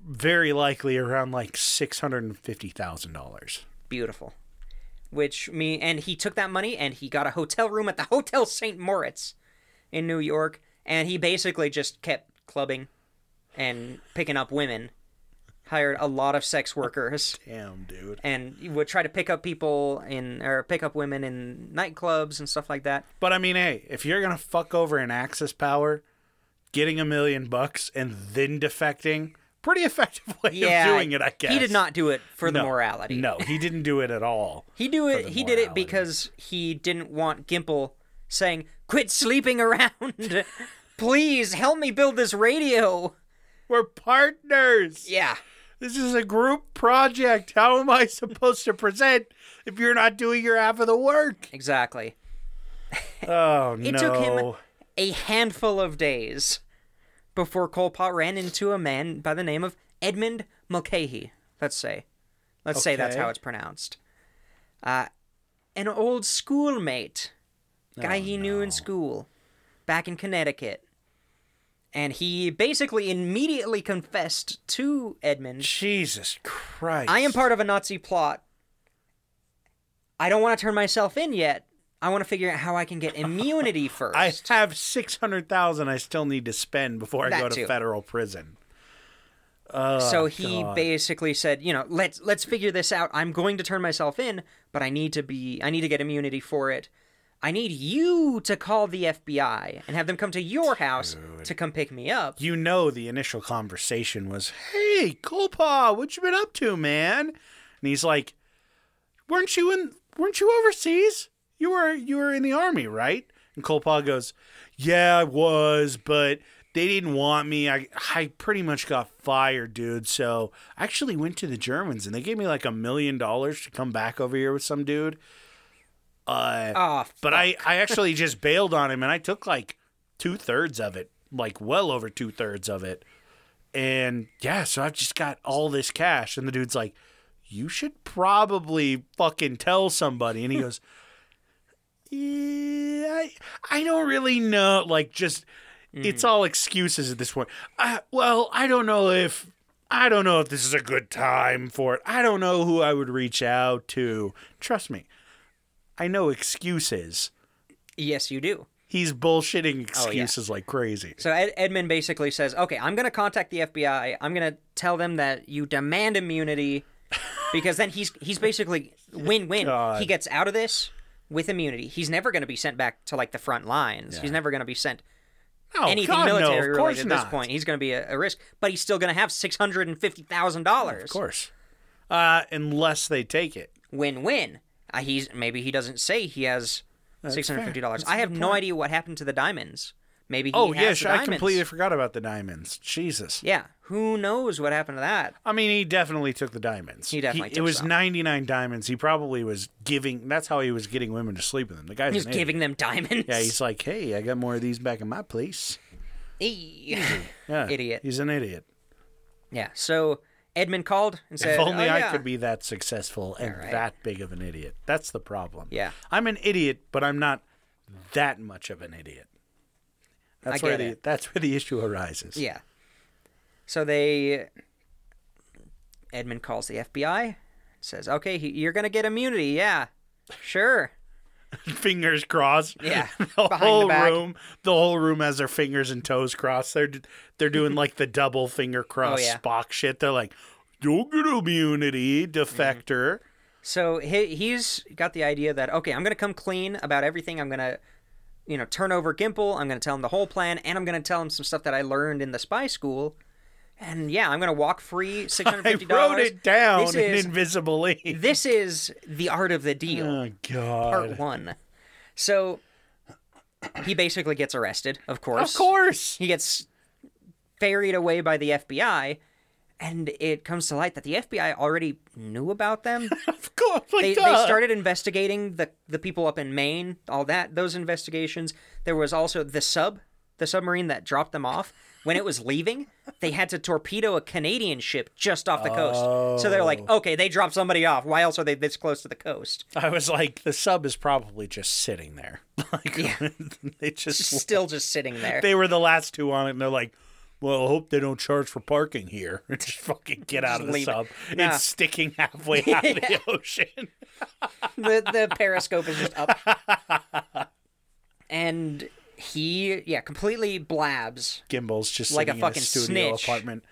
Speaker 2: very likely around like six hundred and fifty thousand dollars.
Speaker 3: beautiful. Which me and he took that money and he got a hotel room at the Hotel St. Moritz in New York and he basically just kept clubbing and picking up women. Hired a lot of sex workers
Speaker 2: Damn, dude.
Speaker 3: and would try to pick up people in or pick up women in nightclubs and stuff like that.
Speaker 2: But I mean, hey, if you're gonna fuck over an Axis power, getting a million bucks and then defecting, pretty effective way
Speaker 3: Yeah.
Speaker 2: of doing it, I guess.
Speaker 3: He did not do it for the
Speaker 2: No.
Speaker 3: morality.
Speaker 2: No, he didn't do it at all.
Speaker 3: He do it.
Speaker 2: the
Speaker 3: He did it
Speaker 2: morality.
Speaker 3: because he didn't want Gimple saying, "Quit sleeping around, please help me build this radio."
Speaker 2: We're partners.
Speaker 3: Yeah,
Speaker 2: This is a group project. How am I supposed to present if you're not doing your half of the work?
Speaker 3: exactly.
Speaker 2: Oh no.
Speaker 3: It took him a handful of days before Pol Pot ran into a man by the name of Edmund Mulcahy. Let's say, let's say that's
Speaker 2: Okay.
Speaker 3: how it's pronounced. Uh, an old schoolmate, guy
Speaker 2: Oh,
Speaker 3: he knew in school, back in Connecticut, and he basically immediately confessed to Edmund
Speaker 2: Jesus Christ.
Speaker 3: I am part of a Nazi plot. I don't want to turn myself in yet. I want to figure out how I can get immunity first.
Speaker 2: I have six hundred thousand. I still need to spend before I
Speaker 3: That
Speaker 2: go to
Speaker 3: too.
Speaker 2: federal prison.
Speaker 3: so he basically said, you know, let's let's figure this out. I'm going to turn myself in, but I need to be I need to get immunity for it. I need you to call the FBI and have them come to your house to come pick me up.
Speaker 2: You know, the initial conversation was, "Hey, Copa, what you been up to, man?" And he's like, "Weren't you in? Weren't you overseas? You were you were in the army, right?" And Copa goes, "Yeah, I was, but they didn't want me. I I pretty much got fired, dude. So I actually went to the Germans, and they gave me like a million dollars to come back over here with some dude. Uh,
Speaker 3: Oh,
Speaker 2: but I, I actually just bailed on him and I took like two thirds of it, like well over two thirds of it. And yeah, so I've just got all this cash. And the dude's like, You should probably fucking tell somebody. And he goes, yeah, I, I don't really know. Like, just it's all excuses at this point. I, well, I don't know if I don't know if this is a good time for it. I don't know who I would reach out to. Trust me, I know excuses.
Speaker 3: yes, you do.
Speaker 2: He's bullshitting
Speaker 3: Oh,
Speaker 2: excuses like crazy.
Speaker 3: So Ed- Edmund basically says, "Okay, I'm going to contact the FBI. I'm going to tell them that you demand immunity because then he's he's basically win-win.
Speaker 2: God.
Speaker 3: He gets out of this with immunity. He's never going to be sent back to like the front lines. He's never going to be sent
Speaker 2: No,
Speaker 3: anything
Speaker 2: Oh, God, no,
Speaker 3: military
Speaker 2: of course
Speaker 3: related at this
Speaker 2: not.
Speaker 3: point. He's going to be a, a risk, but he's still going to have $650,000.
Speaker 2: Of course. Uh, unless they take it.
Speaker 3: Win-win. Uh, he's maybe he doesn't say he has $650. I have no idea what happened to the diamonds. Maybe he
Speaker 2: Oh,
Speaker 3: has
Speaker 2: yeah,
Speaker 3: the
Speaker 2: sh- I
Speaker 3: diamonds.
Speaker 2: completely forgot about the diamonds. Jesus.
Speaker 3: Yeah, who knows what happened to that?
Speaker 2: I mean, he definitely took the diamonds.
Speaker 3: He definitely
Speaker 2: It
Speaker 3: took
Speaker 2: was
Speaker 3: some.
Speaker 2: 99 diamonds. He probably was giving. That's how he was getting women to sleep with him. The guy's
Speaker 3: He's
Speaker 2: an idiot.
Speaker 3: giving them diamonds.
Speaker 2: Yeah, he's like, hey, I got more of these back in my place.
Speaker 3: Eey.
Speaker 2: Yeah,
Speaker 3: Idiot.
Speaker 2: He's an idiot.
Speaker 3: yeah. So Edmund called and said,
Speaker 2: if only
Speaker 3: "Oh,
Speaker 2: I
Speaker 3: yeah."
Speaker 2: could be that successful and
Speaker 3: right.
Speaker 2: that big of an idiot. That's the problem.
Speaker 3: Yeah.
Speaker 2: I'm an idiot, but I'm not that much of an idiot. That's where
Speaker 3: get
Speaker 2: the
Speaker 3: it.
Speaker 2: that's where the issue arises.
Speaker 3: Yeah. So they. Edmund calls the FBI, says, "Okay, he, you're gonna get immunity. Yeah, sure.
Speaker 2: Fingers crossed.
Speaker 3: Yeah,
Speaker 2: The
Speaker 3: behind the
Speaker 2: whole
Speaker 3: back.
Speaker 2: room, the whole room has their fingers and toes crossed. They're they're doing like the double finger cross
Speaker 3: Oh, yeah.
Speaker 2: Spock shit. They're like, "You'll get immunity, defector."
Speaker 3: Mm-hmm. So he he's got the idea that okay, I'm gonna come clean about everything. I'm gonna, you know, turn over Gimple. I'm gonna tell him the whole plan, and I'm gonna tell him some stuff that I learned in the spy school. And yeah, I'm gonna walk free. Six hundred
Speaker 2: I
Speaker 3: fifty
Speaker 2: wrote
Speaker 3: dollars.
Speaker 2: it down
Speaker 3: This
Speaker 2: in
Speaker 3: is
Speaker 2: invisible ink.
Speaker 3: this is the art of the deal.
Speaker 2: Oh god!
Speaker 3: part one. So he basically gets arrested, of course.
Speaker 2: Of course.
Speaker 3: He gets ferried away by the FBI, and it comes to light that the FBI already knew about them.
Speaker 2: Of course. Like,
Speaker 3: They, they
Speaker 2: duh.
Speaker 3: started investigating the, the people up in Maine, all that, those investigations. There was also the sub, the submarine that dropped them off. When it was leaving, they had to torpedo a Canadian ship just off the coast. So they're
Speaker 2: Oh.
Speaker 3: like, okay, they dropped somebody off. Why else are they this close to the coast?
Speaker 2: I was like, the sub is probably just sitting there. Like, they just
Speaker 3: Still just sitting there.
Speaker 2: they were the last two on it, and they're like, "Well, I hope they don't charge for parking here." just fucking get out of the
Speaker 3: leave it.
Speaker 2: sub.
Speaker 3: Nah.
Speaker 2: It's sticking halfway out of the ocean.
Speaker 3: the the periscope is just up. And he, yeah, completely blabs.
Speaker 2: Gimbal's just
Speaker 3: Like a
Speaker 2: sitting
Speaker 3: fucking
Speaker 2: in studio
Speaker 3: snitch.
Speaker 2: apartment.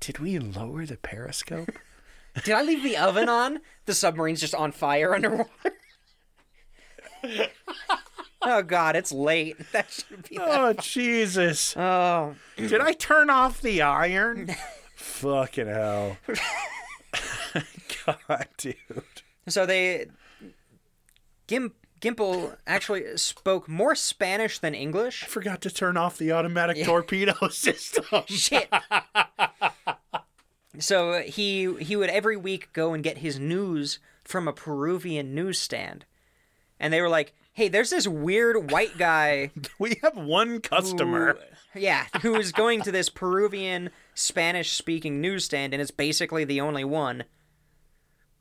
Speaker 2: Did we lower the periscope?
Speaker 3: Did I leave the oven on? The submarine's just on fire underwater. oh God, it's late. That should be.
Speaker 2: oh Jesus!
Speaker 3: Oh,
Speaker 2: Did I turn off the iron? fucking hell! God, dude.
Speaker 3: so they, Gim, Gimple actually spoke more Spanish than English.
Speaker 2: Forgot to turn off the automatic torpedo system.
Speaker 3: Shit. so he he would every week go and get his news from a Peruvian newsstand, and they were like, hey, there's this weird white guy.
Speaker 2: We have one customer.
Speaker 3: Yeah, who is going to this Peruvian Spanish speaking newsstand and it's basically the only one.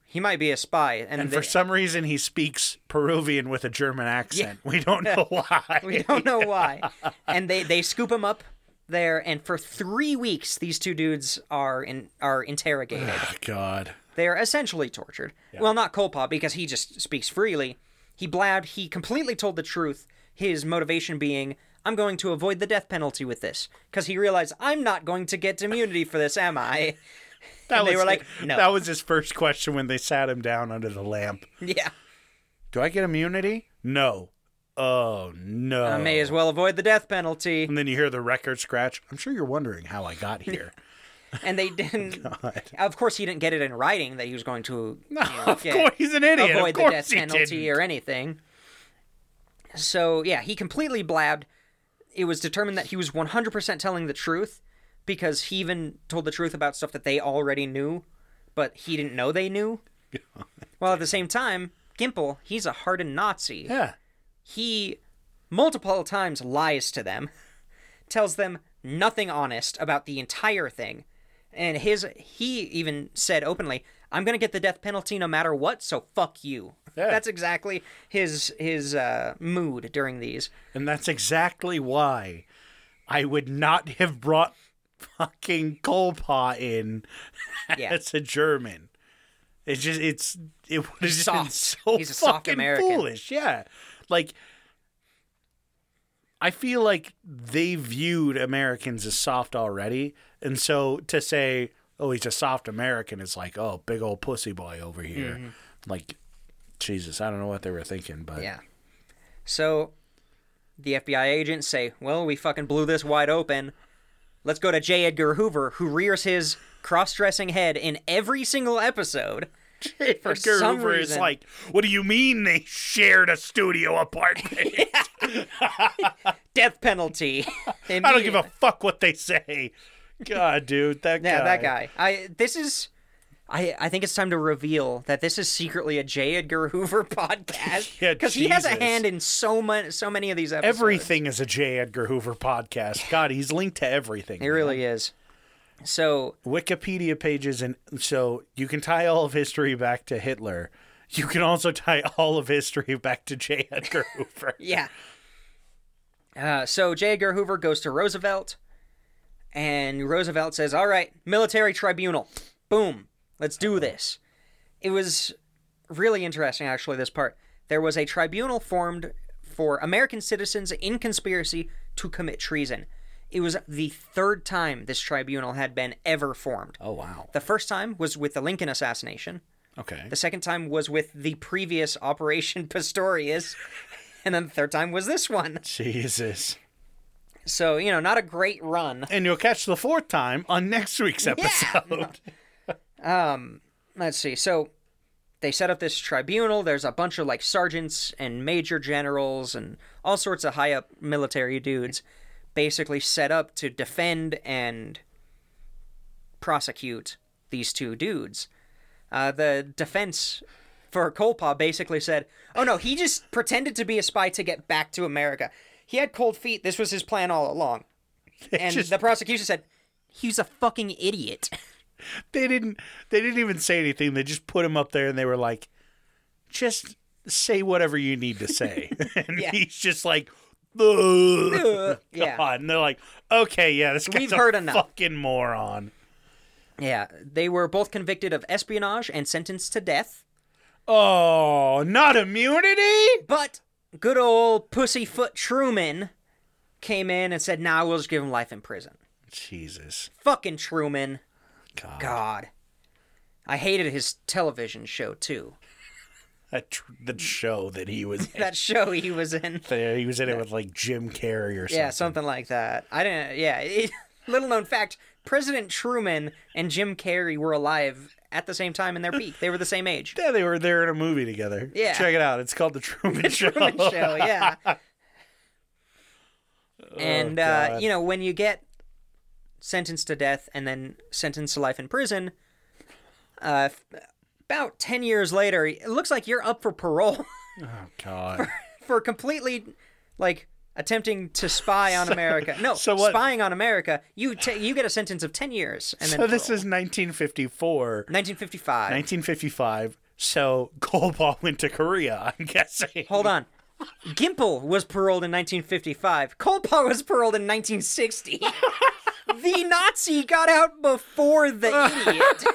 Speaker 3: He might be a spy and,
Speaker 2: And
Speaker 3: the-
Speaker 2: for some reason, he speaks Peruvian with a German accent. We don't know why.
Speaker 3: we don't know why. And they they scoop him up there and for 3 weeks these two dudes are in are interrogated.
Speaker 2: Oh, God.
Speaker 3: They are essentially tortured. Well, not Kolpa because he just speaks freely. He blabbed, he completely told the truth, his motivation being, I'm going to avoid the death penalty with this. Because he realized, I'm not going to get immunity for this, am I?
Speaker 2: That
Speaker 3: And they were like, no.
Speaker 2: That was his first question when they sat him down under the lamp.
Speaker 3: Yeah.
Speaker 2: Do I get immunity? No. Oh, no.
Speaker 3: I may as well avoid the death penalty.
Speaker 2: and then you hear the record scratch. I'm sure you're wondering how I got here.
Speaker 3: And they didn't. Of course, he didn't get it in writing that he was going to
Speaker 2: No,
Speaker 3: you know,
Speaker 2: of
Speaker 3: get-
Speaker 2: course he's an idiot.
Speaker 3: avoid
Speaker 2: of
Speaker 3: the
Speaker 2: course
Speaker 3: death
Speaker 2: he
Speaker 3: penalty
Speaker 2: didn't.
Speaker 3: or anything. So yeah, he completely blabbed. It was determined that he was 100% telling the truth because he even told the truth about stuff that they already knew, but he didn't know they knew. Well, at the same time, Gimple, he's a hardened Nazi.
Speaker 2: Yeah.
Speaker 3: He multiple times lies to them, tells them nothing honest about the entire thing. And his he even said openly, I'm going to get the death penalty no matter what, so fuck you.
Speaker 2: Yeah.
Speaker 3: That's exactly his his uh, mood during these.
Speaker 2: And that's exactly why I would not have brought fucking Kolpa in
Speaker 3: Yeah.
Speaker 2: as a German. It's just it's it would have just been
Speaker 3: soft.
Speaker 2: so
Speaker 3: He's a soft
Speaker 2: fucking
Speaker 3: American.
Speaker 2: foolish. Yeah, like I feel like they viewed Americans as soft already, and so to say, "Oh, he's a soft American," is like, "Oh, big old pussy boy over here." Like, Jesus, I don't know what they were thinking, but
Speaker 3: Mm-hmm. yeah. So the FBI agents say, "Well, we fucking blew this wide open. Let's go to J. Edgar Hoover, who rears his cross-dressing head in every single episode."
Speaker 2: for
Speaker 3: some
Speaker 2: Gerber is
Speaker 3: reason-
Speaker 2: like, "What do you mean they shared a studio apartment?"
Speaker 3: death penalty.
Speaker 2: I don't give a fuck what they say. God, dude, that
Speaker 3: yeah,
Speaker 2: guy.
Speaker 3: that guy. I this is. I, I think it's time to reveal that this is secretly a J. Edgar Hoover podcast
Speaker 2: Yeah,
Speaker 3: he has a
Speaker 2: Jesus.
Speaker 3: hand in so much, so many of these episodes.
Speaker 2: Everything is a J. Edgar Hoover podcast. God, he's linked to everything.
Speaker 3: it really is. So
Speaker 2: Wikipedia pages, and so you can tie all of history back to Hitler. You can also tie all of history back to J. Edgar Hoover.
Speaker 3: yeah. Uh, so J. Edgar Hoover goes to Roosevelt, and Roosevelt says, "All right, military tribunal. Boom, let's do this." It was really interesting, actually. This part there was a tribunal formed for American citizens in conspiracy to commit treason. It was the third time this tribunal had been ever formed.
Speaker 2: Oh wow.
Speaker 3: The first time was with the Lincoln assassination.
Speaker 2: Okay.
Speaker 3: The second time was with the previous Operation Pistorius. And then the third time was this one.
Speaker 2: Jesus.
Speaker 3: So, you know, not a great run.
Speaker 2: And you'll catch the fourth time on next week's episode.
Speaker 3: Let's see. So they set up this tribunal. There's a bunch of like sergeants and major generals and all sorts of high up military dudes basically set up to defend and prosecute these two dudes. Uh, the defense for Kolpa basically said, oh no, he just pretended to be a spy to get back to America. He had cold feet. This was his plan all along. And
Speaker 2: just-
Speaker 3: the prosecution said, he's a fucking idiot.
Speaker 2: they didn't they didn't even say anything they just put him up there and they were like just say whatever you need to say and
Speaker 3: Yeah.
Speaker 2: he's just like Ugh.
Speaker 3: yeah.
Speaker 2: God. and they're like okay yeah this guy's
Speaker 3: We've
Speaker 2: a
Speaker 3: heard enough.
Speaker 2: fucking moron
Speaker 3: Yeah, they were both convicted of espionage and sentenced to death.
Speaker 2: oh not immunity
Speaker 3: But good old pussyfoot Truman came in and said, "Nah, we'll just give him life in prison."
Speaker 2: jesus
Speaker 3: Fucking Truman.
Speaker 2: god,
Speaker 3: God. I hated his television show too.
Speaker 2: That, tr- that show that he was in.
Speaker 3: That show he was in.
Speaker 2: there he was in it with like jim carrey or something
Speaker 3: Yeah, something like that. I didn't yeah, it, little known fact, President Truman and Jim Carrey were alive at the same time in their peak. They were the same age.
Speaker 2: yeah, they were there in a movie together.
Speaker 3: Yeah.
Speaker 2: Check it out. It's called The Truman,
Speaker 3: Truman Show, yeah.
Speaker 2: Oh,
Speaker 3: and uh,
Speaker 2: God.
Speaker 3: you know when you get sentenced to death and then sentenced to life in prison, uh, f- about ten years later, it looks like you're up for parole
Speaker 2: God.
Speaker 3: for completely like attempting to spy on America. No,
Speaker 2: so what-
Speaker 3: spying on America. You ta you get a sentence of ten years, and
Speaker 2: So
Speaker 3: then
Speaker 2: this
Speaker 3: parole.
Speaker 2: is 1954,
Speaker 3: 1955.
Speaker 2: 1955. So Goldball went to Korea. I'm guessing.
Speaker 3: Hold on. Gimple was paroled in 1955. Kolpa was paroled in 1960. the Nazi got out before the idiot.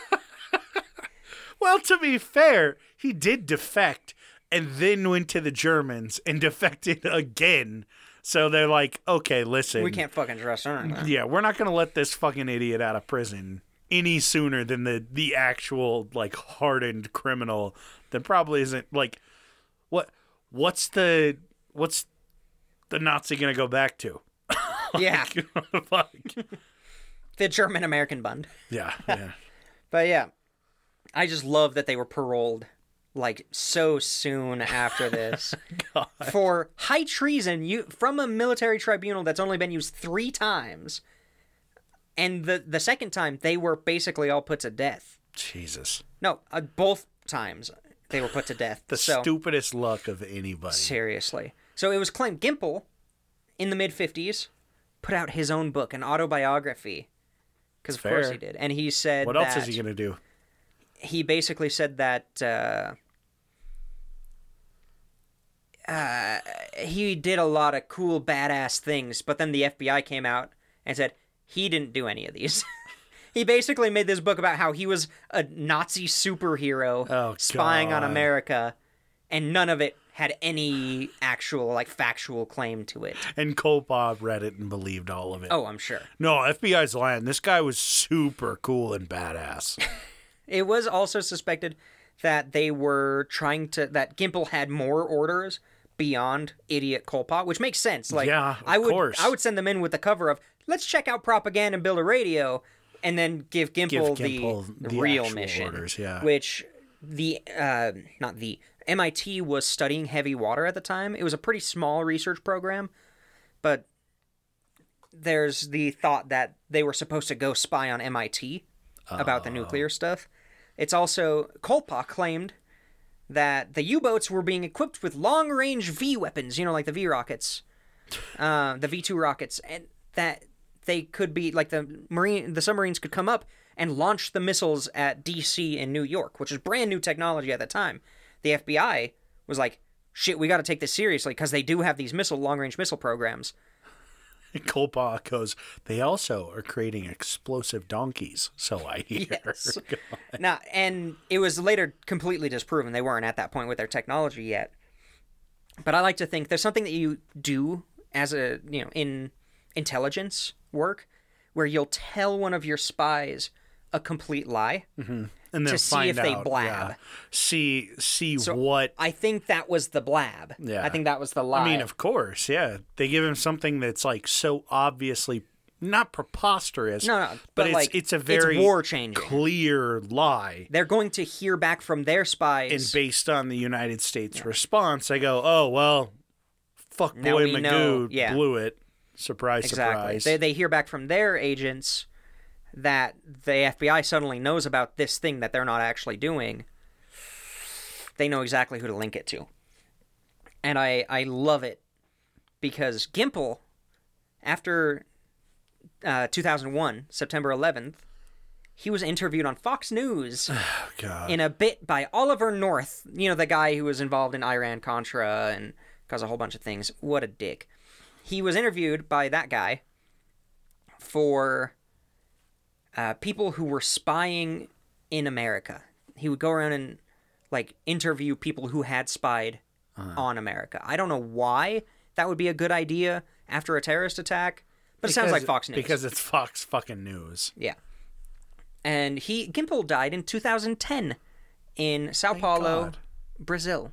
Speaker 2: Well, to be fair, he did defect and then went to the Germans and defected again. So they're like, okay, listen.
Speaker 3: We can't fucking trust her.
Speaker 2: Yeah, we're not going to let this fucking idiot out of prison any sooner than the the actual like hardened criminal that probably isn't like what what's the what's the Nazi going to go back to?
Speaker 3: Yeah,
Speaker 2: Like,
Speaker 3: the German American Bund.
Speaker 2: yeah, yeah.
Speaker 3: But yeah, I just love that they were paroled like so soon after this for high treason you from a military tribunal that's only been used 3 times. And the the second time they were basically all put to death.
Speaker 2: Jesus.
Speaker 3: No, uh, both times they were put to death.
Speaker 2: The
Speaker 3: so
Speaker 2: stupidest luck of anybody.
Speaker 3: seriously. So it was claimed Gimple in the mid 50s put out his own book, an autobiography. Because of course
Speaker 2: Fair.
Speaker 3: he did. And he said
Speaker 2: What
Speaker 3: that,
Speaker 2: else is he going to do?
Speaker 3: he basically said that uh, uh, he did a lot of cool badass things, but then the FBI came out and said he didn't do any of these. he basically made this book about how he was a Nazi superhero
Speaker 2: Oh,
Speaker 3: spying on
Speaker 2: God.
Speaker 3: America, and none of it had any actual like factual claim to it.
Speaker 2: And Kolpov read it and believed all of it.
Speaker 3: Oh, I'm sure.
Speaker 2: No, FBI's lying. This guy was super cool and badass.
Speaker 3: It was also suspected that they were trying to that Gimple had more orders beyond idiot Kolpa, which makes sense. Like
Speaker 2: Yeah, of
Speaker 3: I would
Speaker 2: course.
Speaker 3: I would send them in with the cover of let's check out propaganda and build a radio and then give Gimple, the-
Speaker 2: Gimple
Speaker 3: the,
Speaker 2: the
Speaker 3: real
Speaker 2: actual
Speaker 3: mission.
Speaker 2: orders, yeah.
Speaker 3: Which the uh, not the MIT was studying heavy water at the time. It was a pretty small research program, but there's the thought that they were supposed to go spy on MIT about
Speaker 2: Oh.
Speaker 3: the nuclear stuff. It's also Kolpa claimed that the U-boats were being equipped with long-range V weapons, you know, like the V rockets, uh, the V2 rockets, and that they could be like the marine, the submarines could come up and launch the missiles at DC and New York, which was brand new technology at the time. The FBI was like, "Shit, we got to take this seriously because they do have these missile long-range missile programs."
Speaker 2: And Kolpov goes, they also are creating explosive donkeys, so I hear.
Speaker 3: Yes. now, and it was later completely disproven. They weren't at that point with their technology yet. But I like to think there's something that you do as a, you know, in intelligence work where you'll tell one of your spies a complete lie.
Speaker 2: Mm-hmm. And then
Speaker 3: To see
Speaker 2: find
Speaker 3: if they
Speaker 2: out,
Speaker 3: blab.
Speaker 2: yeah. See see what
Speaker 3: I think that was the blab.
Speaker 2: Yeah.
Speaker 3: I think that was the lie.
Speaker 2: I mean, of course, yeah. They give him something that's like so obviously not preposterous.
Speaker 3: No, no,
Speaker 2: but,
Speaker 3: but,
Speaker 2: it's
Speaker 3: like,
Speaker 2: it's a
Speaker 3: it's
Speaker 2: very
Speaker 3: war-changing.
Speaker 2: clear lie.
Speaker 3: They're going to hear back from their
Speaker 2: And
Speaker 3: spies.
Speaker 2: based on the United States response, I go, oh well, fuck
Speaker 3: Now
Speaker 2: boy
Speaker 3: we
Speaker 2: Magoo
Speaker 3: know, yeah.
Speaker 2: blew it. Surprise,
Speaker 3: exactly.
Speaker 2: surprise.
Speaker 3: They, they hear back from their agents that the FBI suddenly knows about this thing that they're not actually doing. They know exactly who to link it to. And I, I love it because Gimple, after uh, 2001, September 11th, he was interviewed on Fox News
Speaker 2: Oh, God.
Speaker 3: in a bit by Oliver North, you know, the guy who was involved in Iran Contra and caused a whole bunch of things. What a dick. He was interviewed by that guy for uh, people who were spying in America. He would go around and like interview people who had spied
Speaker 2: Uh-huh.
Speaker 3: on America. I don't know why that would be a good idea after a terrorist attack, but it sounds like
Speaker 2: Because-
Speaker 3: Fox News.
Speaker 2: Because it's Fox fucking News.
Speaker 3: Yeah. And he Gimple died in 2010 in Sao Paulo,
Speaker 2: God.
Speaker 3: Brazil.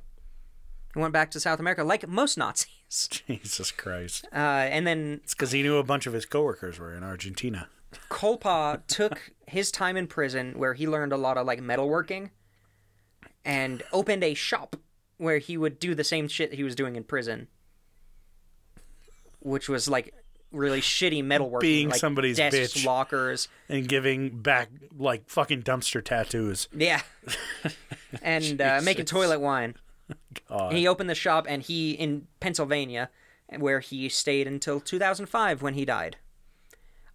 Speaker 3: He went back to South America like most Nazis.
Speaker 2: Jesus Christ.
Speaker 3: Uh, and then
Speaker 2: It's because he knew a bunch of his coworkers were in Argentina.
Speaker 3: Kolpa took his time in prison where he learned a lot of like metalworking and opened a shop where he would do the same shit he was doing in prison, which was like really shitty metalworking.
Speaker 2: Being
Speaker 3: like
Speaker 2: somebody's
Speaker 3: desks,
Speaker 2: bitch.
Speaker 3: lockers.
Speaker 2: And giving back, like, fucking dumpster tattoos.
Speaker 3: Yeah. and uh, making toilet wine. And he opened the shop, and he in Pennsylvania, where he stayed until 2005 when he died.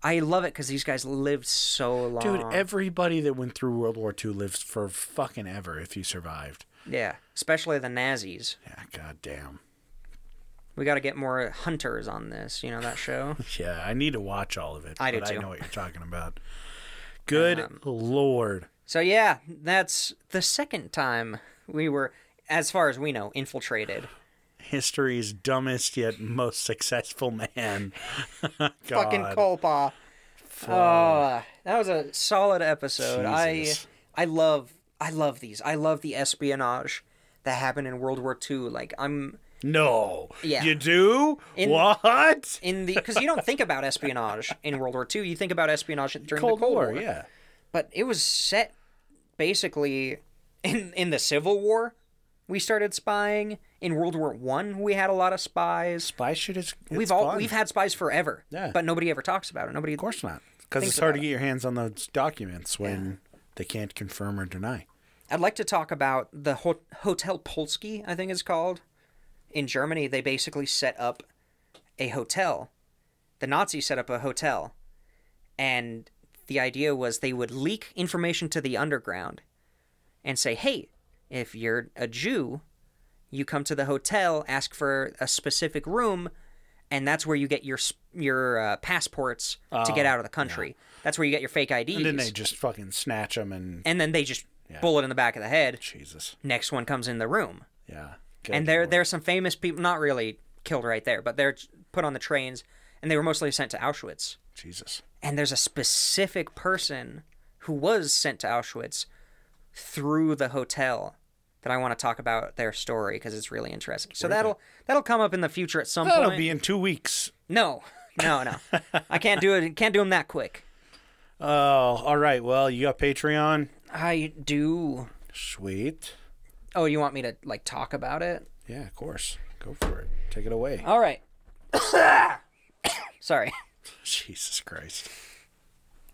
Speaker 3: I love it because these guys lived so long.
Speaker 2: Dude, everybody that went through World War II lives for fucking ever if you survived.
Speaker 3: yeah, especially the Nazis.
Speaker 2: Yeah, goddamn.
Speaker 3: We got to get more hunters on this. You know that show.
Speaker 2: Yeah, I need to watch all of it.
Speaker 3: I do
Speaker 2: but I
Speaker 3: too. Um,
Speaker 2: know what you're talking about. Good lord.
Speaker 3: So yeah, that's the second time we were, as far as we know, infiltrated.
Speaker 2: History's dumbest yet most successful man. God.
Speaker 3: Fucking Colpa. Uh, that was a solid episode.
Speaker 2: Jesus.
Speaker 3: I I love I love these. I love the espionage that happened in World War II. Like I'm
Speaker 2: No.
Speaker 3: Yeah.
Speaker 2: You do? what?
Speaker 3: in the because you don't think about espionage in World War II. You think about espionage during
Speaker 2: Cold,
Speaker 3: the Cold
Speaker 2: War,
Speaker 3: War.
Speaker 2: yeah.
Speaker 3: But it was set basically in in the Civil War. We started spying in World War One. We had a lot of spies.
Speaker 2: Spy shit is it's
Speaker 3: we've all
Speaker 2: fun.
Speaker 3: we've had spies forever.
Speaker 2: Yeah.
Speaker 3: But nobody ever talks about it. Nobody.
Speaker 2: Of course not. Because
Speaker 3: Think
Speaker 2: it's hard to
Speaker 3: about
Speaker 2: get your hands on those documents when they can't confirm or deny.
Speaker 3: I'd like to talk about the Ho- Hotel Polski, I think it's called. In Germany, they basically set up a hotel. The Nazis set up a hotel. And the idea was they would leak information to the underground and say, hey, if you're a Jew, you come to the hotel, ask for a specific room, and that's where you get your s- your uh, passports to get out of the country. That's where you get your fake IDs.
Speaker 2: Oh, And then they just fucking snatch them and
Speaker 3: and then they just bullet in the back of the head.
Speaker 2: Jesus.
Speaker 3: Next one comes in the room,
Speaker 2: Yeah.
Speaker 3: and there there's some famous people, not really killed right there, but they're put on the trains, and they were mostly sent to Auschwitz.
Speaker 2: Jesus.
Speaker 3: And there's a specific person who was sent to Auschwitz through the hotel that I want to talk about their story because it's really interesting. So that'll that'll come up in the future at some
Speaker 2: That'll
Speaker 3: point.
Speaker 2: be in two weeks.
Speaker 3: No, no, no, I can't do it. Can't do them that quick.
Speaker 2: Oh, all right. Well, you got Patreon.
Speaker 3: I do.
Speaker 2: Sweet.
Speaker 3: Oh, you want me to like talk about it?
Speaker 2: Yeah, of course. Go for it. Take it away.
Speaker 3: All right. Sorry.
Speaker 2: Jesus Christ.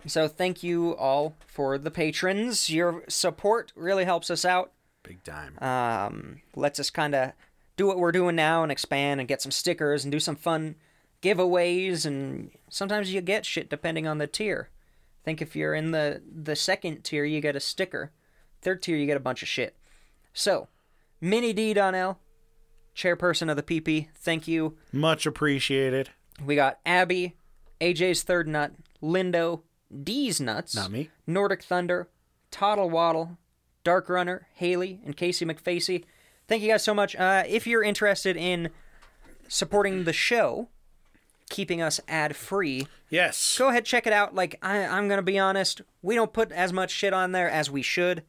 Speaker 3: So thank you all for the patrons. Your support really helps us out.
Speaker 2: Big time.
Speaker 3: Um, lets us kind of do what we're doing now and expand and get some stickers and do some fun giveaways and sometimes you get shit depending on the tier. I think if you're in the the second tier you get a sticker. Third tier you get a bunch of shit. So, Mini D Donnell, chairperson of the PP, thank you.
Speaker 2: Much appreciated.
Speaker 3: We got Abby, AJ's Third Nut, Lindo, D's Nuts,
Speaker 2: Not me.
Speaker 3: Nordic Thunder, Toddle Waddle, Dark Runner, Haley, and Casey McFacey. Thank you guys so much. Uh, if you're interested in supporting the show, keeping us ad free,
Speaker 2: Yes.
Speaker 3: go ahead check it out. Like I, I'm gonna be honest, we don't put as much shit on there as we should,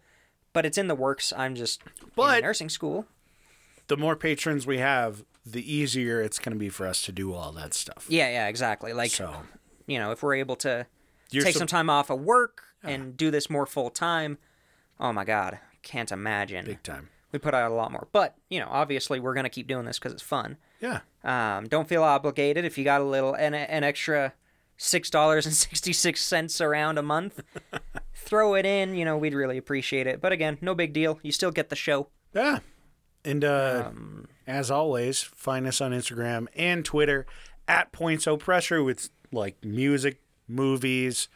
Speaker 3: but it's in the works. I'm just
Speaker 2: But-
Speaker 3: in nursing school.
Speaker 2: The more patrons we have, the easier it's going to be for us to do all that stuff.
Speaker 3: Yeah, yeah, exactly. Like
Speaker 2: So,
Speaker 3: you know, if we're able to
Speaker 2: You're
Speaker 3: take
Speaker 2: sup- Ah.
Speaker 3: some time off of work and do this more full time, oh my God, can't imagine.
Speaker 2: big time.
Speaker 3: We put out a lot more. But, you know, obviously we're going to keep doing this because it's fun.
Speaker 2: Yeah.
Speaker 3: Um, don't feel obligated if you got a little, an, an extra $6.66 around a month. Throw it in, you know, we'd really appreciate it. But again, no big deal. You still get the show.
Speaker 2: Yeah. And uh, as always, find us on Instagram and Twitter at Points O Pressure with like music, movies,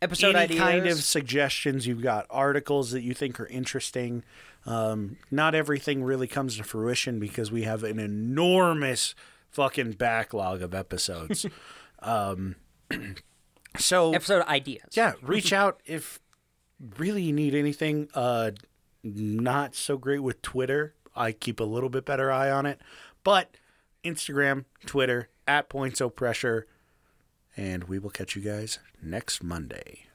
Speaker 3: Episode
Speaker 2: any
Speaker 3: ideas.
Speaker 2: kind of suggestions you've got, articles that you think are interesting. Um, not everything really comes to fruition because we have an enormous fucking backlog of episodes. um, so
Speaker 3: episode ideas.
Speaker 2: yeah, reach out if really you need anything. Uh, not so great with Twitter. I keep a little bit better eye on it, but Instagram, Twitter at Points O Pressure, and we will catch you guys next Monday.